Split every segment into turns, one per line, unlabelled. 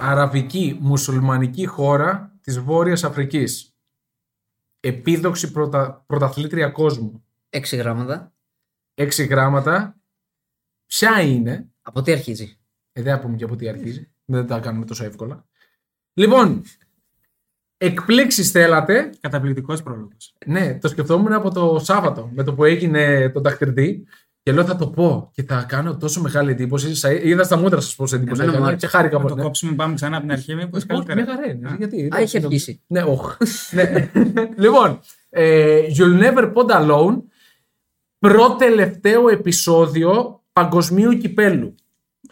αραβική μουσουλμανική χώρα της Βόρειας Αφρικής. Επίδοξη πρωτα, πρωταθλήτρια κόσμου.
Έξι γράμματα.
Έξι γράμματα. Ποια είναι.
Από τι αρχίζει.
Ε, δεν θα πούμε και από τι αρχίζει. Δεν τα κάνουμε τόσο εύκολα. Λοιπόν, εκπλήξεις θέλατε.
Καταπληκτικός πρόλογος.
Ναι, το σκεφτόμουν από το Σάββατο με το που έγινε το τακτηρτή. Και λέω θα το πω και θα κάνω τόσο μεγάλη εντύπωση. Σα- Είδα στα μούτρα σας πώ εντύπωση
Εμένα μου
έκανα και
άρεσε.
χάρηκα
Να
πολύ.
το
ναι. Λοιπόν,
κόψουμε, πάμε ξανά από την αρχή. Μήπως
Όχι, Μια
καλύτερα.
χαρά είναι. Γιατί,
Α,
εντάξει,
έχει
το-
αρχίσει.
Ναι, οχ. ναι. λοιπόν, ε, You'll Never Pond Alone, προτελευταίο επεισόδιο παγκοσμίου κυπέλου.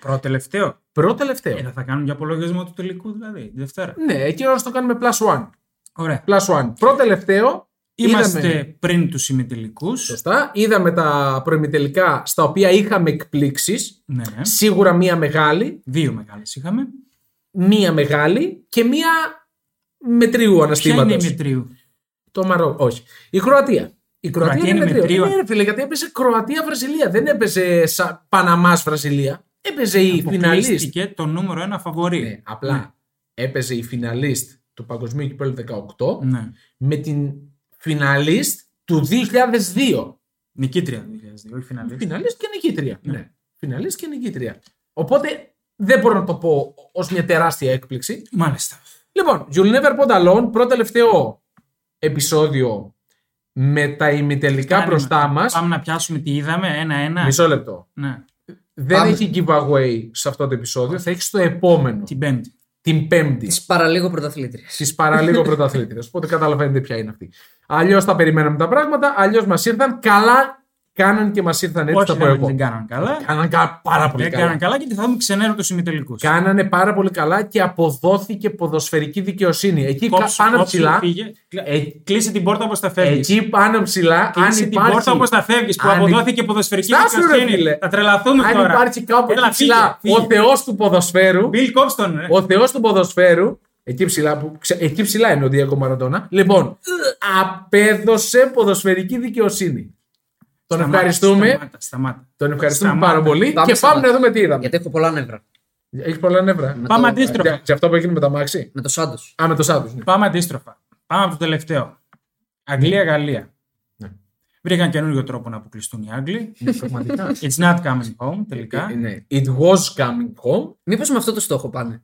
Προτελευταίο.
Προτελευταίο.
Ε, θα- θα κάνουμε και απολογισμό του τελικού, δηλαδή. τη Δευτέρα.
Ναι, εκεί ώρα το κάνουμε plus one.
Ωραία.
Plus one. Προτελευταίο.
Είμαστε
Είδαμε,
πριν τους ημιτελικούς.
σωστά, είδαμε τα προημιτελικά στα οποία είχαμε εκπλήξεις.
Ναι, ναι.
Σίγουρα μία μεγάλη,
Δύο μεγάλες είχαμε.
μία μεγάλη και μία μετρίου
Ποια είναι η
αναστήματος.
μετρίου.
Το Μαρόκο. Όχι. Η Κροατία. Η Κροατία,
Κροατία
είναι
είναι
μετρίο.
μετρίο.
Ναι, ρε φίλε, γιατί έπαιζε Κροατία-Βραζιλία. Δεν έπαιζε Παναμά-Βραζιλία. Έπαιζε η φιναλίστ.
Αποκλείστηκε το νούμερο ένα φαβορή.
Ναι, απλά έπαιζε η φιναλίστ του Παγκοσμίου Κυπέλλου 18
Ναι.
με την φιναλίστ του 2002.
Νικήτρια του 2002, όχι φιναλίστη.
Φιναλίστ και νικήτρια.
Ναι.
Ναι. Φιναλίστ και νικήτρια. Οπότε δεν μπορώ να το πω ως μια τεράστια έκπληξη.
Μάλιστα.
Λοιπόν, You'll Never Pond Alone, πρώτο τελευταίο επεισόδιο με τα ημιτελικά
Κάνε
μπροστά
μετά.
μας.
Πάμε να πιάσουμε τι είδαμε, ένα-ένα.
Μισό λεπτό.
Ναι.
Δεν
Πάμε.
έχει giveaway σε αυτό το επεισόδιο, θα έχει στο επόμενο,
Την Πέμπτη.
την Πέμπτη.
Της παραλίγο πρωταθλήτριας.
Της παραλίγο πρωταθλήτριας. Οπότε καταλαβαίνετε ποια είναι αυτή. Αλλιώς τα περιμέναμε τα πράγματα, αλλιώς μας ήρθαν. Καλά κάναν και μας ήρθαν έτσι,
Όχι,
θα πω
δεν,
εγώ.
δεν κάναν καλά.
Κάναν κα- πάρα πολύ
δεν
καλά.
κάναν καλά γιατί θα δούμε ξενέρω του ημιτελικού.
Κάνανε πάρα πολύ καλά και αποδόθηκε ποδοσφαιρική δικαιοσύνη. Εκεί κα- πάνω ψηλά. Ε,
Κλείσε την πόρτα όπως θα φεύγεις.
Εκεί πάνω ψηλά, αν
Κλείσε την πόρτα όπως
υπάρχει
θα φεύγεις που
αν-
αποδόθηκε ποδοσφαιρική
Στάσου, ρε, φίλε.
δικαιοσύνη. Θα τρελαθούμε
Αν
τώρα.
υπάρχει κάπου
Έλα,
εκεί ψηλά
φύγε,
ο
φύγε.
Θεός του ποδοσφαίρου,
Bill ε. Κόψτον, ρε.
ο Θεός του ποδοσφαίρου, εκεί ψηλά, που, ξε- εκεί ψηλά είναι ο Διέγκο Μαραντόνα. Λοιπόν, απέδωσε ποδοσφαιρική δικαιοσύνη. Τον
Σταμάτα,
ευχαριστούμε.
Σταμάτα, σταμάτα.
Τον ευχαριστούμε
Σταμάτα.
πάρα πολύ
Πάμε
και
στα
πάμε να
μάτια.
δούμε τι είδαμε.
Γιατί έχω πολλά νεύρα.
Έχεις πολλά νεύρα.
Με
Πάμε
το-
αντίστροφα.
Για, για αυτό που έγινε με τα Μάξι.
Με το Σάντος.
Α, με το ναι. Σάντου.
Πάμε αντίστροφα. Πάμε από το τελευταίο. Αγγλία-Γαλλία.
Ναι.
Βρήκαν καινούριο τρόπο να αποκλειστούν οι Άγγλοι.
Πραγματικά.
It's not coming home, τελικά.
Ε, ναι. It was coming home.
Μήπως με αυτό το στόχο πάνε.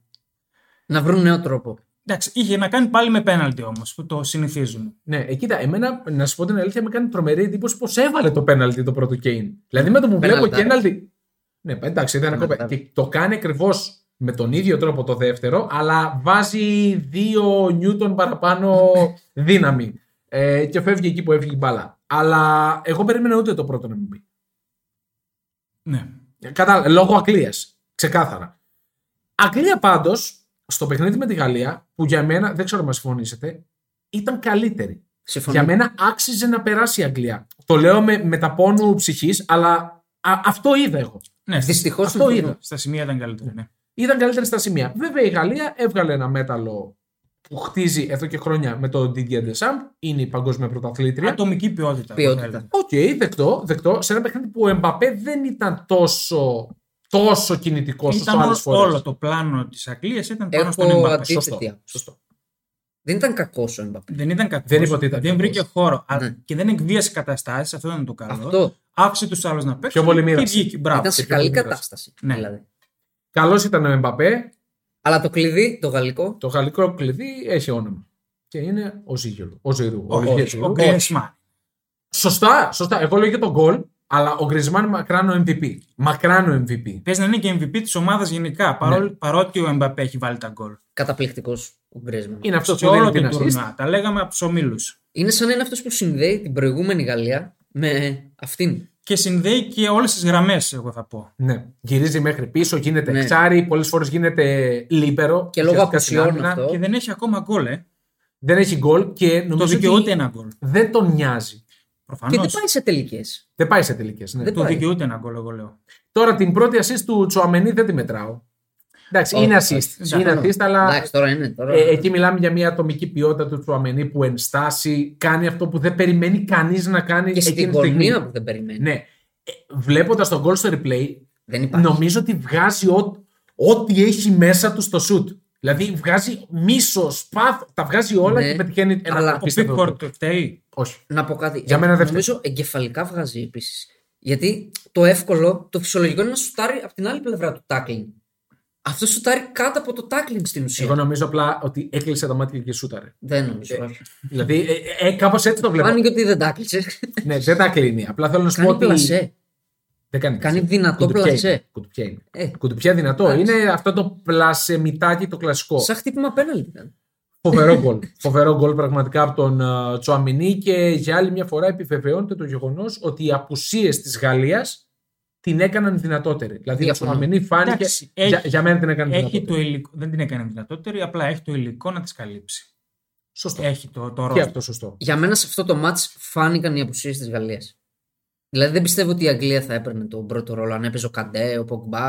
Να βρουν νέο τρόπο.
Εντάξει, είχε να κάνει πάλι με πέναλτι όμως, που το συνηθίζουν.
Ναι, ε, κοίτα, εμένα να σου πω την αλήθεια, με κάνει τρομερή εντύπωση πώς έβαλε το πέναλτι το πρώτο Κέιν. Δηλαδή με το που βλέπω
Πέναλτάρι.
κέναλτι. Ναι, εντάξει, ήταν ακόμα.
Πέναλτάρι.
Και το κάνει ακριβώς με τον ίδιο τρόπο το δεύτερο, αλλά βάζει δύο νιούτον παραπάνω δύναμη. Ε, και φεύγει εκεί που έφυγε η μπάλα. Αλλά εγώ περίμενα ούτε το πρώτο να μην μπει.
Ναι.
Κατάλαβα. Λόγω Αγγλίας. Ξεκάθαρα. Αγγλία πάντως, στο παιχνίδι με τη Γαλλία, που για μένα, δεν ξέρω αν μας συμφωνήσετε, ήταν καλύτερη.
Συμφωνώ.
Για μένα άξιζε να περάσει η Αγγλία. Το λέω με, με τα πόνου ψυχής, αλλά α, αυτό είδα εγώ.
ναι στα,
Δυστυχώς
Αυτό είδα.
στα σημεία ήταν καλύτερο. Ναι.
Ήταν καλύτερη στα σημεία. Βέβαια η Γαλλία έβγαλε ένα μέταλλο που χτίζει εδώ και χρόνια με τον Didier Deschamps. Είναι η παγκόσμια πρωταθλήτρια.
Ατομική ποιότητα.
Ποιότητα.
θα έλεγα.
Οκ, δεκτό, δεκτό. Σε ένα παιχνίδι που ο Εμπαπέ δεν ήταν τόσο, τόσο κινητικός όσο
Ήταν
άλλε
ό-
φορέ.
όλο το πλάνο της Αγγλίας ήταν πάνω στον
Έχω
Εμπαπέ.
αντίθετη
Σωστό.
άποψη.
Σωστό.
Δεν ήταν κακός ο Εμπαπέ.
Δεν ήταν κακός.
Δεν είπα ότι ήταν
δεν
κακός.
βρήκε χώρο. Α,
Ναι.
Και δεν εκβίασε καταστάσεις. Αυτό ήταν το καλό.
Αυτό
Άφησε τους άλλους να παίξουν.
πολύ
και
μοίρασε.
βγήκε. Μπράβο.
ήταν σε
και
καλή
πιο
κατάσταση.
Ναι.
Δηλαδή.
Καλός ήταν ο Εμπαπέ.
Αλλά το κλειδί, το γαλλικό,
Το γαλλικό κλειδί έχει όνομα. Και είναι ο Ζίγελο. Ο Ζηρού. Ο,
Ο-
Ολιβιέ
ο-
Ζιρού.
Ο Γκρισμάν.
Σωστά, σωστά. Εγώ λέω για τον γκολ, αλλά ο Γκρισμάν μακράν ο MVP. Μακράν ο MVP.
Πες να είναι και MVP της ομάδας
Ναι.
γενικά. παρό- Παρότι ο Εμπαπέ έχει βάλει τα γκολ.
καταπληκτικός ο Γκρέσμαν.
Είναι αυτός
Σε
που δίνει
όλο
την
το
assist.
τουρνουά. Τα λέγαμε από τους ομίλους.
Είναι σαν να είναι αυτός που συνδέει την προηγούμενη Γαλλία με αυτήν.
Και συνδέει και όλες τις γραμμές, εγώ θα πω.
Ναι. Γυρίζει μέχρι πίσω, γίνεται
Ναι.
εξάρι, πολλές φορές γίνεται λίπερο.
Και λόγω
ουσιαστικά στην
απουσιών
άμυνα.
αυτό.
Και δεν έχει ακόμα γκολ, ε.
Δεν έχει γκολ και
Το
νομίζω
δικαιούται
ότι
ένα γκολ.
δεν τον νοιάζει.
Και
Προφανώ.
δεν πάει σε τελικές.
Δεν πάει σε τελικές. Ναι.
Δεν
Το
πάει.
δικαιούται ένα γκολ, εγώ λέω.
Τώρα την πρώτη assist του Τσουαμενί δεν τη μετράω. Εντάξει,
Όχι,
είναι
εντάξει.
assist. Είναι assist, αλλά
Εντάξει, τώρα είναι. Τώρα...
Ε, εκεί μιλάμε για μια ατομική ποιότητα του Τσουαμενί που ενστάσει, κάνει αυτό που δεν περιμένει κανείς να κάνει
και στην
εκείνη τη στιγμή.
γωνία που δεν περιμένει.
Ναι. Βλέποντας τον goal στο replay,
Δεν υπάρχει.
νομίζω ότι βγάζει ό, ό,τι έχει μέσα του στο σουτ. Δηλαδή βγάζει μίσο, σπαθ, τα βγάζει όλα
Ναι,
και πετυχαίνει ένα
αλλά-
αλλά...
Ο
Ο Pickford φταίει.
Όχι.
Να πω κάτι. Ε,
Για μένα δεν
Νομίζω εγκεφαλικά βγάζει επίσης. Γιατί το εύκολο, το φυσιολογικό είναι να σουτάρει από την άλλη πλευρά του tackling. Αυτό σουτάρει κάτω από το tackling στην ουσία.
Εγώ νομίζω απλά ότι έκλεισε τα μάτια και σούταρε.
Δεν νομίζω.
Ε, δηλαδή ε, ε, κάπως έτσι το βλέπω.
Φάνηκε ότι δεν τάκλισε.
ναι, δεν τα κλείνει. Απλά θέλω να σου πω
Κάνει
ότι.
πλασέ.
Δεν κάνει.
Κάνει δυνατό
Κουντουπιά είναι.
πλασέ.
Κουντουπιά είναι.
Ε,
Κουντουπιά δυνατό.
Εντάξει.
Είναι αυτό το πλασεμιτάκι το κλασικό.
σαν χτύπημα πέναλτι ήταν.
Φοβερό γκολ. Φοβερό γκολ πραγματικά από τον ε, Τσουαμινί και για άλλη μια φορά επιβεβαιώνεται το γεγονός ότι οι απουσίες της Γαλλίας την έκαναν δυνατότερη. Δηλαδή ο
Διαφωνώ.
Τσουαμινί φάνηκε.
Εντάξει,
για,
έχει-
για μένα την έκανε
Έχει
δυνατότερη.
το υλικό, δεν την έκανε δυνατότερη, απλά έχει το υλικό να τις καλύψει.
Ε,
Σωστό.
Έχει το, το
Και
ρόλο.
αυτό σωστό.
Για μένα σε αυτό το match φάνηκαν οι απουσίες της Γαλλίας. Δηλαδή δεν πιστεύω ότι η Αγγλία θα έπαιρνε τον πρώτο ρόλο. Αν έπαιζε ο Καντέ, ο Πογκμπά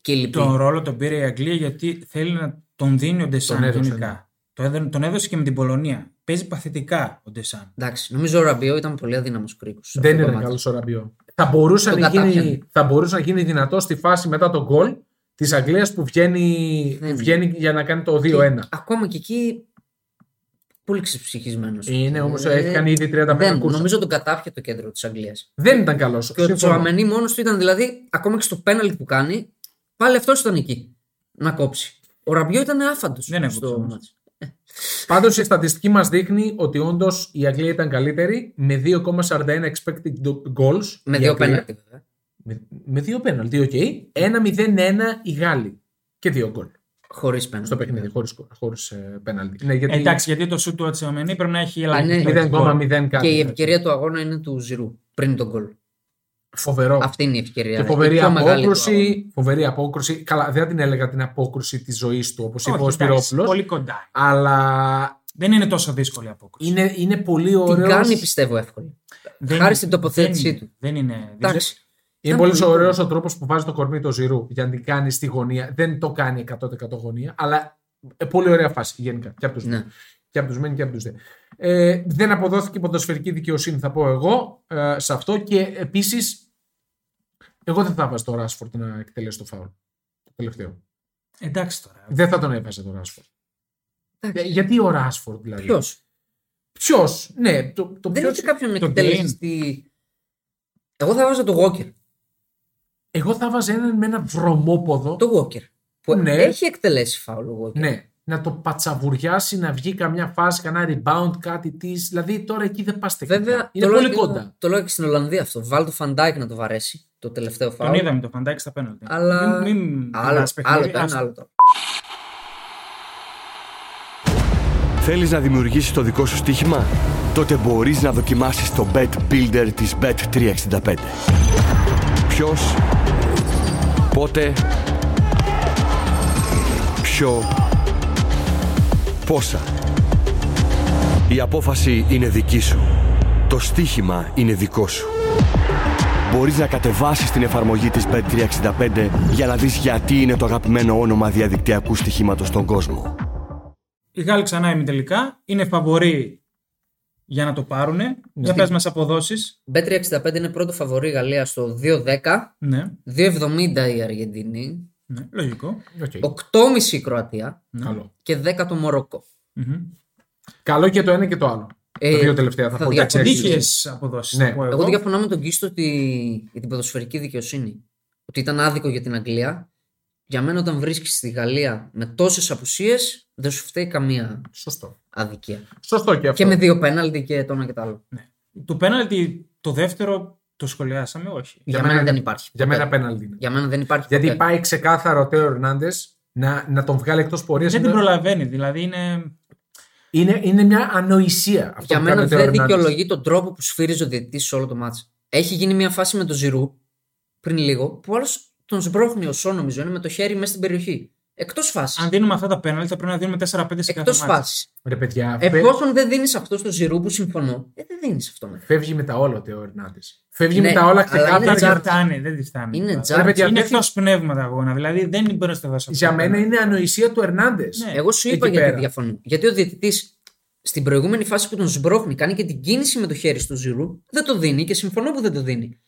και λοιποί.
Τον ρόλο τον πήρε η Αγγλία γιατί θέλει να τον δίνει ο Ντεσάν
έδωσε,
ναι.
γενικά. Το έδω- Τον έδωσε και με την Πολωνία. Παίζει παθητικά ο Ντεσάν.
Εντάξει, νομίζω ο Ραμπιό ήταν πολύ αδύναμος κρίκος.
Δεν είναι καλό ο Ραμπιό. Θα μπορούσε,
Τον
να γίνει,
κατάπιανε.
θα μπορούσε να γίνει δυνατό στη φάση μετά τον γκολ της Αγγλίας που βγαίνει,
Δεν είναι.
βγαίνει για να κάνει το 2-1.
Ακόμα και εκεί. Πολύ ξεψυχισμένος.
Είναι όμως, έχει κάνει ήδη 30 μέτρα
Ε, Δεν,
κούρσα.
νομίζω τον κατάπιε το κέντρο της Αγγλίας.
Δεν ήταν καλός.
Και ο Τσοαμενή μόνος του ήταν δηλαδή, ακόμα και στο πέναλ που κάνει, πάλι αυτός ήταν εκεί να κόψει. Ο Ραμπιό ήταν άφαντος
Δεν
στο
έκοψε όμως.
μάτς.
Πάντως η στατιστική μας δείχνει ότι όντως η Αγγλία ήταν καλύτερη με 2,41 expected goals.
Με
η
δύο
Αγγλία.
πέναλτι βέβαια.
Με, με δύο πέναλτι, οκ. 1-0-1 οι Γάλλοι. Και δύο γκολ
Χωρίς πέναλτι.
στο παιχνίδι, χωρίς, χωρίς ε, πέναλτι. Ναι, γιατί
Εντάξει, γιατί το σου του Ατσιαμενή πρέπει να έχει ελάχιστο.
Είναι-
0,0 κάτι.
Και η ευκαιρία του αγώνα είναι του Ζηρού πριν τον γκολ.
Φοβερό.
Αυτή είναι η ευκαιρία.
Και
η
φοβερή
πιο μεγάλη του αγώνα.
απόκρουση. Φοβερή απόκρουση. Καλά, δεν την έλεγα την απόκρουση της ζωής του, όπως είπε
Όχι,
ο
εντάξει,
Σπυρόπουλος.
Πολύ κοντά.
Αλλά
Δεν είναι τόσο δύσκολη η απόκριση.
είναι, είναι πολύ ωραίο.
Την κάνει πιστεύω εύκολη.
Δεν
Χάρη
είναι-
στην τοποθέτησή
δεν είναι-
του.
Δεν είναι δύσκολο.
Εντάξει.
Είναι
Ήταν
πολύ
πολύ
ωραίο ο τρόπος που βάζει το κορμί το Ζηρού για να την κάνει στη γωνία. Δεν το κάνει 100% γωνία, αλλά ε, πολύ ωραία φάση γενικά. Και από τους
Ναι.
και από τους μεν και από τους δε. Ε, δεν αποδόθηκε ποδοσφαιρική δικαιοσύνη, θα πω εγώ, ε, σε αυτό και επίσης. Εγώ δεν θα βάζω το Ράσφορντ να εκτελέσει το φάουλ. Το τελευταίο.
Εντάξει τώρα.
Δεν θα τον έβαζε τον Ράσφορντ.
Εντάξει.
Ε, γιατί ο Ράσφορντ δηλαδή.
Ποιος.
Ποιος. Ναι, το, το
Δεν
ποιος-
είχε κάποιον
τον
εκτελεστή. Εγώ θα βάζω τον Walker.
Εγώ θα βάζα έναν με ένα βρωμόποδο.
Το Walker. Που
Ναι.
έχει εκτελέσει φάουλ ο Walker.
Ναι, να το πατσαβουριάσει, να βγει καμιά φάση, κανένα rebound, κάτι της. Δηλαδή τώρα εκεί δεν πας
Βέβαια,
Είναι
το,
πολύ
λέω,
κοντά.
το λέω και στην Ολλανδία αυτό. Βάλ το Φαντάικ να το βαρέσει το τελευταίο
Τον
φάουλ.
είδαμε το Φαντάκι στα πέναλτι.
Αλλά
Μην, μην
άλλο,
αλλάζεις παιχνίδι,
άλλο το
άστο.
ένα, άλλο το άλλο.
Θέλεις να δημιουργήσεις το δικό σου στοίχημα? Τότε μπορείς να δοκιμάσεις το Bet Builder της Bet365. Ποιος, πότε, ποιο, πόσα. Η απόφαση είναι δική σου. Το στοίχημα είναι δικό σου. Μπορείς να κατεβάσεις την εφαρμογή της Bet365 για να δεις γιατί είναι το αγαπημένο όνομα διαδικτυακού στοιχήματος στον κόσμο.
Οι Γάλλοι ξανά είναι τελικά. Είναι φαβοροί για να το πάρουν.
Ναι.
Για πες μας αποδόσεις.
Bet365 είναι πρώτο φαβορή η Γαλλία στο 2-10,
Ναι,
2-70 η Αργεντινή,
ναι, λογικό.
Οκ,
8,5 η Κροατία
Καλό.
και 10 το Μαρόκο.
Μμμ.
Καλό και το ένα και το άλλο.
Ε,
τα δύο τελευταία θα,
θα
πω.
διακοπεί.
Εντάξει,
Δίχες αποδόσεις
Ναι.
θα πω
Εγώ
εγώ.
διαφωνώ με τον Κίστο ότι... για την ποδοσφαιρική δικαιοσύνη. Ότι ήταν άδικο για την Αγγλία. Για μένα, όταν βρίσκεις στη Γαλλία με τόσες απουσίες, δεν σου φταίει καμία
Σωστό.
αδικία.
Σωστό και αυτό.
Και με δύο πέναλτι και το ένα και το άλλο.
Το πέναλτι το δεύτερο το σχολιάσαμε, όχι.
Ναι.
Για, μένα, δεν υπάρχει.
Για μένα
ποτέ.
πέναλτι. είναι.
Για μένα δεν υπάρχει.
Γιατί
ποτέ.
πάει ξεκάθαρο ο Τέο Ερνάντες να, να τον βγάλει εκτός πορείας.
Δεν την προλαβαίνει, δηλαδή είναι...
Είναι, είναι μια ανοησία αυτό
Για
που κάνει
μένα
ο Τέο
δεν
Ερνάντες.
δικαιολογεί τον τρόπο που σφύριζε ο διαιτητής σε όλο το μάτς. Έχει γίνει μια φάση με τον Ζηρού πριν λίγο που άλλος τον σμπρώχνει ο Σό, νομίζω, είναι με το χέρι μέσα στην περιοχή. Εκτός φάσης.
Αν δίνουμε αυτά τα πέναλτι θα πρέπει να δίνουμε 4-5 σε κάθε
Εκτό
μάτς.
φάσης.
Ρε παιδιά, φε-
Εφόσον δεν δίνεις αυτό στο Ζηρού που συμφωνώ, ε, δεν δίνεις αυτό. Ναι.
φεύγει με τα όλα ο Τέο Ερνάντες. Φεύγει
Ναι,
με τα όλα
αλλά
ξεκάθαρα.
είναι
και-
Δεν τη
Τζάρτ.
φτάνει, δεν τη φτάνει.
Είναι
Δηλαδή.
τζάρτ.
Ρε παιδιά,
Είναι
φεύγει-
εκτό πνεύμα τα αγώνα. Δηλαδή δεν μπορεί να το δώσει αυτό.
Για μένα είναι ανοησία του Ερνάντες.
Ναι.
Εγώ σου
Ε, Εκεί
είπα γιατί
πέρα.
διαφωνώ. Γιατί ο διαιτητής στην προηγούμενη φάση που τον σμπρώχνει κάνει και την κίνηση με το χέρι στο Ζηρού, δεν το δίνει και συμφωνώ που δεν το δίνει.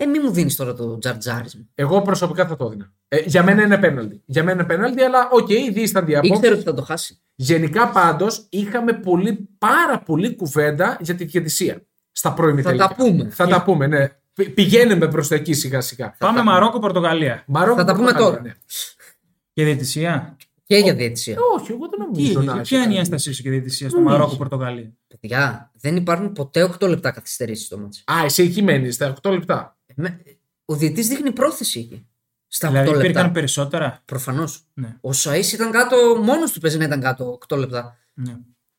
Ε, μη μου δίνεις τώρα το τζαρτζάρισμα.
Εγώ προσωπικά θα το έδινα. Ε, για μένα είναι πέναλτι. Για μένα είναι πέναλτι, αλλά οκ, okay, δίσταντη άποψη.
Ήξερε ότι θα το χάσει.
Γενικά πάντως είχαμε πολύ, πάρα πολύ κουβέντα για τη διαιτησία στα πρώιμη
Θα τα πούμε.
Θα τα πούμε, ναι. Πη- Πηγαίνουμε προς τα εκεί σιγά σιγά.
Πάμε Μαρόκο-Πορτογαλία.
Μαρόκο,
Θα τα πούμε
Πορτογαλία,
τώρα.
ναι. Ε,
Και διαιτησία.
Και για διαιτησία.
Όχι, εγώ δεν
Τι,
νομίζω. να έχει
ποια είναι η
κάνει.
ένστασή σου και διαιτησία στο Μαρόκο-Πορτογαλία.
Παιδιά, δεν υπάρχουν ποτέ 8 λεπτά καθυστερήσεις στο μάτσο.
Α, εσύ εκεί μένεις στα 8 λεπτά.
Με- Ο διαιτής δείχνει πρόθεση εκεί. Στα 8
Δηλαδή
λεπτά.
υπήρχαν περισσότερα.
Προφανώς.
Ναι.
Ο Σαΐς ήταν κάτω, μόνος του παίζει να ήταν κάτω 8 λεπτά.
Ναι.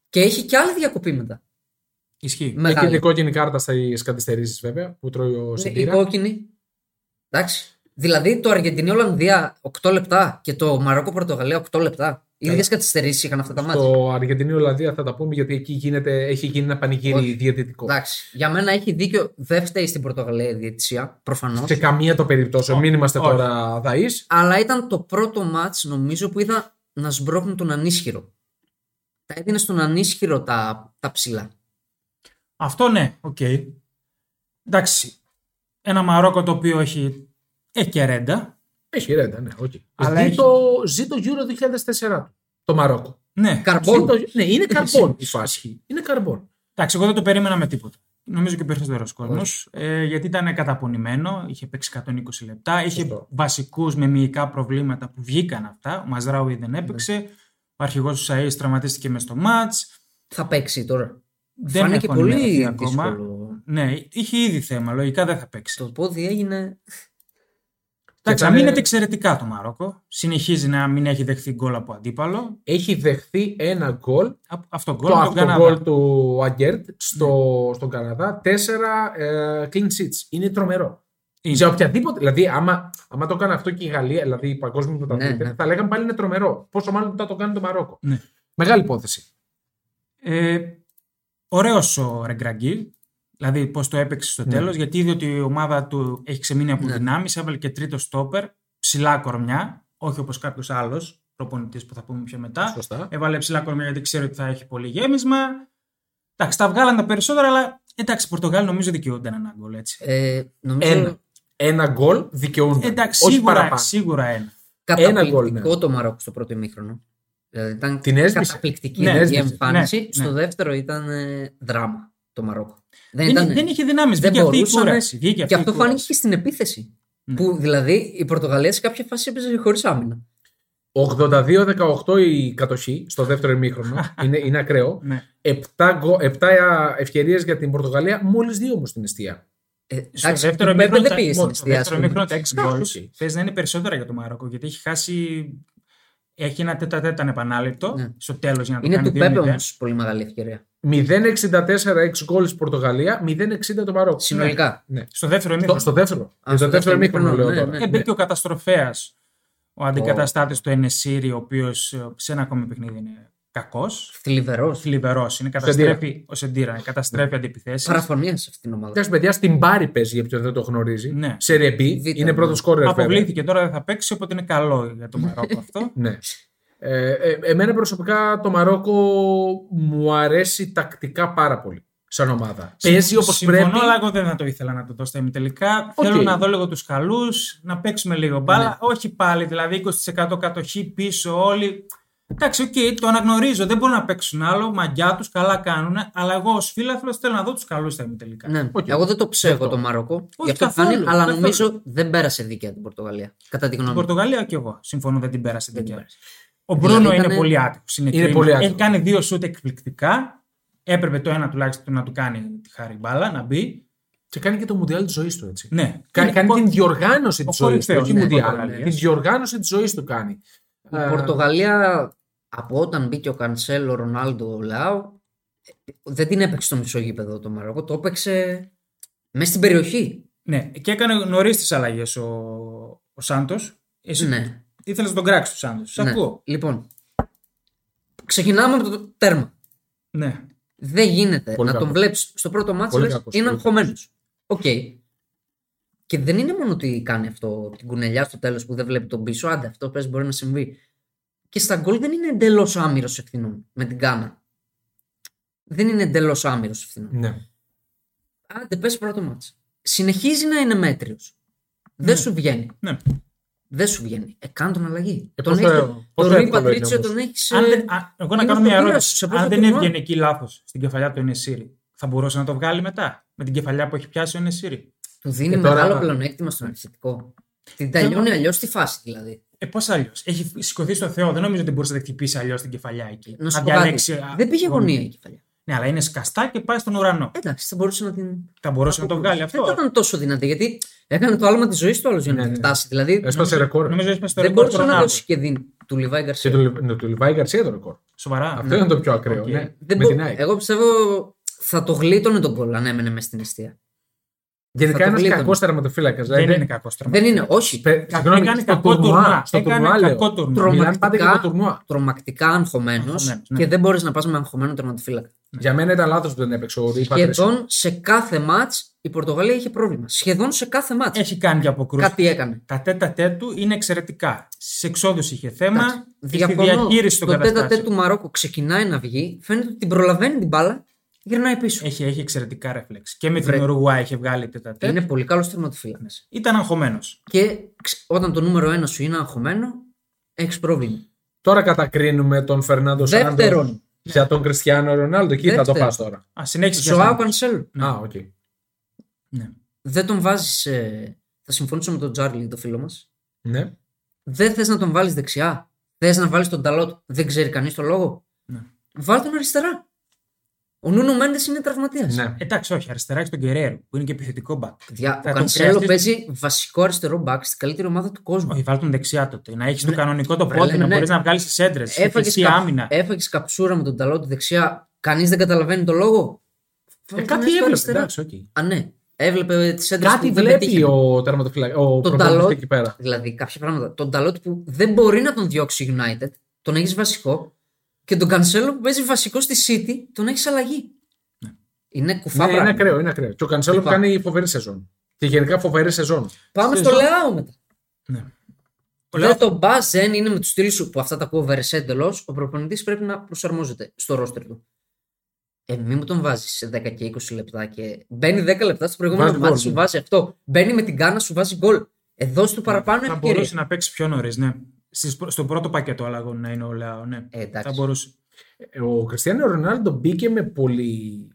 Και έχει και άλλη διακοπή μετά.
Ισχύει.
Έχει την
Μεγάλη.
κόκκινη κάρτα στι καθυστερήσεις βέβαια που τρώει ο
Ναι, Η
Σιντήρα.
κόκκινη. Εντάξει. Δηλαδή το Αργεντινή-Ολλανδία 8 λεπτά και το Μαρόκο-Πορτογαλία 8 λεπτά. Οι ίδιες καθυστερήσεις είχαν αυτά τα μάτια.
Στο Αργεντινή Ολλανδία θα τα πούμε γιατί εκεί γίνεται, έχει γίνει ένα πανηγύρι
Όχι.
διαιτητικό.
Εντάξει. Για μένα έχει δίκιο. Δεν φταίει στην Πορτογαλία η διαιτησία. Προφανώς.
Σε καμία το περιπτώσεων. Μην είμαστε
όχι.
τώρα δαείς.
Αλλά ήταν το πρώτο μάτς νομίζω που είδα να σμπρώχνουν τον ανίσχυρο. Τα έδινε στον ανίσχυρο τα, τα ψηλά.
Αυτό ναι, οκ. Εντάξει. Ένα Μαρόκο το οποίο έχει, έχει και ρέντα.
Έχει ρέντα, ναι, όχι.
Αλλά έχει-
Ζήτω, ζήτω Euro 2004 το Μαρόκο.
Ναι.
Καρπόν.
Ζήτω- ναι, είναι καρπόν η φάση. Είναι καρπόν.
Εντάξει, εγώ δεν το περίμενα με τίποτα. Νομίζω και περισσότερο κόσμος. Ε, γιατί ήταν καταπονημένο, είχε παίξει 120 λεπτά, είχε
Σωστό.
βασικούς μεμικά προβλήματα που βγήκαν αυτά. Ο Μαζράουι δεν έπαιξε. Ο αρχηγός του ΣαΕ τραυματίστηκε μες στο ματ.
Θα παίξει τώρα.
Δεν
Φάνηκε
έχουν
πολύ
ενημερωθεί
δύσκολο.
ακόμα. Ναι, είχε ήδη θέμα. Λογικά δεν θα παίξει.
Το πόδι έγινε.
Εντάξει,
ήταν-
αμήνεται εξαιρετικά το Μαρόκο. Συνεχίζει να μην έχει δεχθεί γκολ από αντίπαλο.
Έχει δεχθεί ένα γκολ.
Α- Αυτό γκολ
Το
από τον
αυτό
Καναδά.
γκολ του Αγκέρτ στο, στον Καναδά. Τέσσερα ε, clean sheets. Ναι. Είναι τρομερό.
Είναι.
Για οποιαδήποτε. Δηλαδή, άμα, άμα το έκανε αυτό και η Γαλλία, δηλαδή οι παγκόσμιοι πρωταθλητέ,
ναι.
θα λέγανε πάλι είναι τρομερό. Πόσο μάλλον μετά το κάνει το Μαρόκο.
Ναι.
Μεγάλη υπόθεση.
Ε, Ωραίος ο Ρεγκραγκίλ. Δηλαδή πώς το έπαιξες στο
Ναι.
τέλος, τέλο, γιατί είδε ότι η ομάδα του έχει ξεμείνει από
Ναι.
δυνάμεις, έβαλε και τρίτο στόπερ, ψηλά κορμιά, όχι όπως κάποιος άλλος προπονητής που θα πούμε πιο μετά.
Σωστά.
Έβαλε ψηλά κορμιά γιατί ξέρει ότι θα έχει πολύ γέμισμα. Εντάξει, τα βγάλαν τα περισσότερα, αλλά εντάξει, οι Πορτογάλοι νομίζω δικαιούνταν ένα γκολ έτσι.
Ε, νομίζω
Ένα. Ένα γκολ δικαιούνται.
Εντάξει,
Όχι
σίγουρα,
παραπάνω.
σίγουρα ένα.
καταπληκτικό
γκολ, ναι.
το Μαρόκο στο πρώτο ημίχρονο. Δηλαδή ήταν
Την έσβησε.
καταπληκτική δηλαδή, η
Ναι,
έσβησε.
εμφάνιση.
Ναι, ναι.
Στο δεύτερο ήταν ε, δράμα το Μαρόκο. Δεν,
Δεν,
Ε, ήταν,
δεν είχε δυνάμεις.
δεν
Βγήκε αυτή η
μπορούσαν.
κούραση. βγήκε
Και
αυτή η
αυτό
κούραση.
φάνηκε και στην επίθεση.
Ναι.
Που δηλαδή η Πορτογαλία σε κάποια φάση έπαιζε χωρίς άμυνα.
82-18 η κατοχή στο δεύτερο ημίχρονο. είναι, είναι ακραίο.
Ναι.
7 ευκαιρίες για την Πορτογαλία, μόλις δύο όμως στην αιστεία.
Ε,
Στο
εντάξει,
δεύτερο
η Πέμπα
μήχρονο
δεν πήγε στην
στο
αιστεία, ας
δεύτερο
πούμε.
μήχρονο τα έξι γκολ
Εντάξει.
θες να είναι περισσότερα για το Μαρόκο γιατί έχει χάσει. Έχει ένα τέτα τέτα επανάληπτο
Ναι.
στο τέλος για να το
Είναι
κάνει Ναι.
του Πέπε
2-0.
όμω πολύ μεγάλη ευκαιρία.
0-64 6 γκολ Πορτογαλία, 0-60 το Μαρόκο.
Συνολικά.
Ναι.
Στο δεύτερο
Στο,
ημίχρονο.
στο δεύτερο.
Α,
στο
στο
δεύτερο
δεύτερο
ημίχρονο λέω
ημίχρονο, ναι,
τώρα.
ναι.
Ε, μπήκε ο καταστροφέας, ο αντικαταστάτης του Ενεσύρη, ο οποίος σε ένα ακόμη παιχνίδι είναι κακός.
Θλιβερός.
Θλιβερός είναι. Καταστρέφει ο Σεντήρα. Ναι. είναι, Καταστρέφει αντιπιθέσεις.
Παραφωνίας σε αυτήν την ομάδα.
Εντάξει, παιδιά, στην Πάρη παίζει για ποιον δεν το γνωρίζει.
Ναι.
Σε ρεμπή.
Β'
Είναι πρώτο
ναι.
σκόρερ. βέβαια.
Αποβλήθηκε τώρα δεν θα παίξει, οπότε είναι καλό για το Μαρόκο αυτό.
Ναι. Ε, ε, εμένα προσωπικά το Μαρόκο μου αρέσει τακτικά πάρα πολύ σαν ομάδα. Παίζει όπως
Συμφωνώ,
πρέπει.
αλλά εγώ δεν θα το ήθελα να το δω στα ημιτελικά.
Οκ.
Θέλω να δω λίγο τους καλούς, να παίξουμε λίγο μπάλα. Όχι πάλι, δηλαδή 20% κατοχή πίσω όλοι. Εντάξει, οκ, το αναγνωρίζω. Δεν μπορούν να παίξουν άλλο. Μαγιά τους καλά κάνουν. Αλλά εγώ ως φίλαθλος θέλω να δω τους καλούς στα ημιτελικά.
Ναι.
Οκ.
Εγώ δεν το ψεύω
Αυτό.
το Μαρόκο.
Όχι
γι' αυτό
καθόλου,
φάνηκε, αλλά
καθόλου.
νομίζω δεν πέρασε δίκαια την Πορτογαλία. Κατά τη γνώμη
Την
μου.
Πορτογαλία και εγώ. Συμφωνώ, δεν την πέρασε
Δεν την
δικιά.
πέρασε.
Ο Μπρούνο
Δηλαδή,
είναι
ήτανε-
πολύ άτυχος. Είναι,
Είναι
κρίμα.
πολύ άτυχος.
Έχει κάνει δύο σουτ εκπληκτικά. Έπρεπε το ένα τουλάχιστον να του κάνει τη χάρη μπάλα, να μπει.
Και κάνει και το Μουντιάλ της ζωής του έτσι.
Ναι.
Κα- κάνει
Ο-
την διοργάνωση
ο
τη ζωής του.
κορυφαίος,
Όχι
ναι,
Μουντιάλ.
Πορτογαλίας.
Τη διοργάνωση της ζωής του κάνει.
Ναι. Η
Ε,
Πορτογαλία από όταν μπήκε ο Κανσέλο, ο Ρονάλντο, ο Λάου, ε, δεν την έπαιξε στο μισό γήπεδο το Μαρόκο. Το έπαιξε μέσα στην περιοχή.
Ναι, και έκανε νωρίς τις αλλαγές ο, ο Σάντος. Εσύ
Ναι.
ήθελε να τον κράξει του Σάντο. Σα
ναι.
ακούω.
Λοιπόν, ξεκινάμε από το τέρμα.
Ναι.
Δεν γίνεται
Πολύ
να
κακός.
τον βλέπεις στο πρώτο μάτσο
Πολύ
λες,
κακός,
είναι
πολύ
αγχωμένος. Οκ. Και δεν είναι μόνο ότι κάνει αυτό την κουνελιά στο τέλος που δεν βλέπει τον πίσω. Άντε, αυτό πες μπορεί να συμβεί. Και στα γκολ δεν είναι εντελώς άμυρος ευθυνών με την κάνα. Δεν είναι εντελώς άμυρος ευθυνών.
Ναι.
Άντε, πες πρώτο μάτς. συνεχίζει να είναι μέτριος. Δεν σου βγαίνει.
Ναι.
Δεν σου βγαίνει. Ε, κάνε τον αλλαγή.
Ε,
τον
πώς
έχεις-
το- πώς
τον
το
Ρι
εύκολο είναι
Πατρίτσιο
όμως.
τον ε, έχεις.
Αν δεν, α, εγώ να
είναι
κάνω μια
αυτοπίραση,
ερώτηση.
σε πρώτο
Αν δεν
τουρνουά.
έβγαινε εκεί λάθος στην κεφαλιά του Ενεσύρη, θα μπορούσε να το βγάλει μετά. Με την κεφαλιά που έχει πιάσει ο Ενεσύρη.
Του δίνει
Και τώρα-
μεγάλο πλεονέκτημα στον αρχιτικό. Την τελειώνει αλλιώς τη φάση δηλαδή.
Ε, πώς αλλιώς. Έχει σηκωθεί στο Θεό. Δεν νομίζω ότι μπορούσε να τη χτυπήσεις αλλιώς την κεφαλιά εκεί.
Να σου πω κάτι.
α,
Δεν πήγε
γωνία.
γωνία η κεφαλιά.
Ναι, αλλά είναι σκαστά και πάει στον ουρανό.
Εντάξει, θα μπορούσε να την.
Θα μπορούσε να το βγάλει
Δεν θα
αυτό.
ήταν τόσο δυνατή γιατί έκανε το άλμα της ζωής του άλλος για να
Ναι, ναι.
φτάσει. Δηλαδή
Έσπασε ρεκόρ.
Νομίζω ότι στο
δεν
ρεκόρ του
μπορούσε να
Ρονάλντο.
δώσει και δίνει του Λιβάη
Και
Γκαρσία.
του, ναι, του Λιβάη Γκαρσία το ρεκόρ.
Σοβαρά.
Αυτό ήταν το πιο ακραίο.
Οκ.
Ναι.
Δεν
με
μπο-
την ΑΕΚ.
Εγώ πιστεύω θα το γλίτωνε τον κόλλο αν έμενε μέσα στην αιστεία.
Γενικά
θα το
ένας
γλίτωνε.
κακός τερματοφύλακας.
Δεν είναι κακό τρομα.
Δεν είναι, όχι.
δηλαδή, Πε- Συγγνώμη,
Έκανε
στο
κακό τουρνουά.
τουρνουά. Στο
Έκανε
τουρνουά λέω.
κακό τουρνουά.
Μιλάνε πάντα για το
Τρομακτικά.
τουρνουά.
Τρομακτικά αγχωμένος
Αγχωμένος, ναι.
και δεν μπορείς να πας με αγχωμένο τερματοφύλακα.
Για μένα ήταν λάθος που δεν έπαιξε ο Ρή Πατρίτσιο.
Σχεδόν σε κάθε μάτ η Πορτογαλία είχε πρόβλημα. Σχεδόν σε κάθε μάτ.
Έχει κάνει και αποκρούσεις.
Κάτι έκανε.
Τα τέτα τέτου είναι εξαιρετικά. Στι εξόδους είχε θέμα.
Εντάξει,
και Στη διαχείριση των
το τέτα τέτ
καταστάσεων.
του Μαρόκου ξεκινάει να βγει, φαίνεται ότι την προλαβαίνει την μπάλα, γυρνάει πίσω.
Έχει, έχει εξαιρετικά ρεφλέξ. Και με την
Βρε.
Ουρουάη είχε βγάλει τέτα τέτ.
Είναι πολύ καλός τερματοφύλακα.
Ήταν αγχωμένος.
Και ξε- όταν το νούμερο ένα σου είναι αγχωμένο, έχεις πρόβλημα.
Τώρα κατακρίνουμε τον Φερνάντο Σάντο
Δεύτερον,
για τον Κριστιανό Ρονάλντο. Εκεί θα το
Δεύτερον.
πας τώρα.
Α, συνέχισε.
Ζωάο
Γιάννη.
Κανσέλο.
Ναι.
Α, οκ.
Ναι.
Δεν τον βάζεις. θα συμφωνήσω με τον Τζάρλι, το φίλο μας.
Ναι.
Δεν θες να τον βάλεις δεξιά. Θες να βάλεις τον Νταλότ. Δεν ξέρει κανείς το λόγο.
Ναι.
Βάλ τον αριστερά. Ο Νούνο Μέντες είναι τραυματίας.
ναι.
Εντάξει, όχι, αριστερά έχει τον Κεραίρο που είναι και επιθετικό μπακ.
Ο
τον
Κανσέλο
χρειαστείς-
παίζει βασικό αριστερό μπακ στην καλύτερη ομάδα του κόσμου.
Όχι, βάλ τον δεξιά τότε. Να έχεις το κανονικό το
Βρε,
πόδι,
λέμε,
να
ναι. Ε,
μπορείς να βγάλεις τις έντρες. Έχει
καψ-
άμυνα.
έφαγες καψούρα με τον Νταλότ δεξιά. Κανείς δεν καταλαβαίνει το λόγο.
Ε,
Βάλ τον
κάτι
αριστερά.
έβλεπε. Εντάξει, οκ.
Α, ναι. Έβλεπε τις έντρες
Κάτι
που δεν
βλέπει
πετύχαινε.
ο τερματοφύλακα. Ο
Τον
προπονητής
Νταλότ.
εκεί πέρα.
Δηλαδή κάποια πράγματα. Τον Νταλότ που δεν μπορεί να τον διώξει η United, τον έχεις βασικό. Και τον Κανσέλο που παίζει βασικό στη City, τον έχεις αλλαγή. Είναι κουφά
Ναι, είναι
πράγματα.
ακραίο, είναι ακραίο. Και ο Κανσέλο που
Κουφά.
κάνει φοβερή σεζόν. Και γενικά φοβερή σεζόν.
Πάμε
Στη
στο
ζώνη.
Λεάο μετά.
Ναι. Ο
Δεν
Λεάο-
το μπας δεν είναι με τους στυλ σου που αυτά τα ακούω βερεσέ εντελώς. Ο προπονητής πρέπει να προσαρμόζεται στο ρόστερ του. Ε, μη μου τον βάζεις σε 10 και 20 λεπτά και μπαίνει 10 λεπτά στο προηγούμενο
Βάζει
μάτι,
γκολ,
σου
ναι.
βάζει αυτό. Μπαίνει με την κάνα, σου βάζει γκολ. Ε, δώσ' του παραπάνω
Ναι, Θα
ευκαιρία.
μπορούσε να παίξει πιο νωρίς, ναι. Στις, πρω- στο πρώτο πακέτο αλλαγών να είναι ο Λεάο, ναι.
Ε, εντάξει.
θα μπορούσε.
Ε, Ο Κριστιανό Ρονάλντο μπήκε με πολύ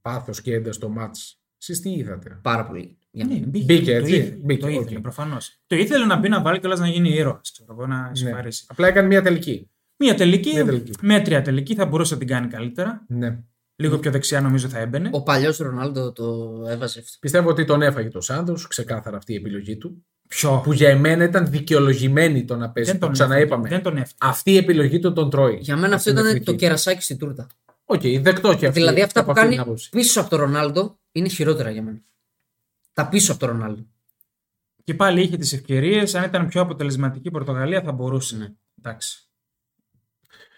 πάθος και ένταση στο μάτς. Εσείς τι είδατε.
Πάρα πολύ. Για μένα.
Ναι, μπήκε,
Μπήκε,
το
έτσι.
ήθελε,
Μπήκε,
το
οκ.
ήθελε προφανώς. Το ήθελε να μπει να βάλει κιόλας να γίνει ήρωας. Ξέρω εγώ να
Ναι.
συγχαρήσει.
Απλά έκανε μια τελική.
Μία τελική,
Μία τελική.
μέτρια τελική, θα μπορούσε να την κάνει καλύτερα.
Ναι.
Λίγο πιο δεξιά νομίζω θα έμπαινε.
Ο παλιός Ρονάλντο το έβαζε αυτό.
Πιστεύω ότι τον έφαγε το Σάντος, ξεκάθαρα αυτή η επιλογή του.
Ποιο.
Που για εμένα ήταν δικαιολογημένη το να παίζει.
δεν
Το
τον
ξαναείπαμε.
έφτιαξε. Δεν τον έφτιαξε.
Αυτή η επιλογή του τον τρώει.
Για μένα αυτό
Αυτή την
ήταν
εθνική.
το κερασάκι στην τούρτα.
Οκ, δεκτό και αυτή.
δηλαδή αυτά
από
που
αυτή την
κάνει
άποψη.
πίσω από τον Ρονάλντο είναι χειρότερα για μένα. Τα πίσω από τον Ρονάλντο.
Και πάλι είχε τις ευκαιρίες. Αν ήταν πιο αποτελεσματική η Πορτογαλία θα μπορούσε.
Ναι.
Εντάξει.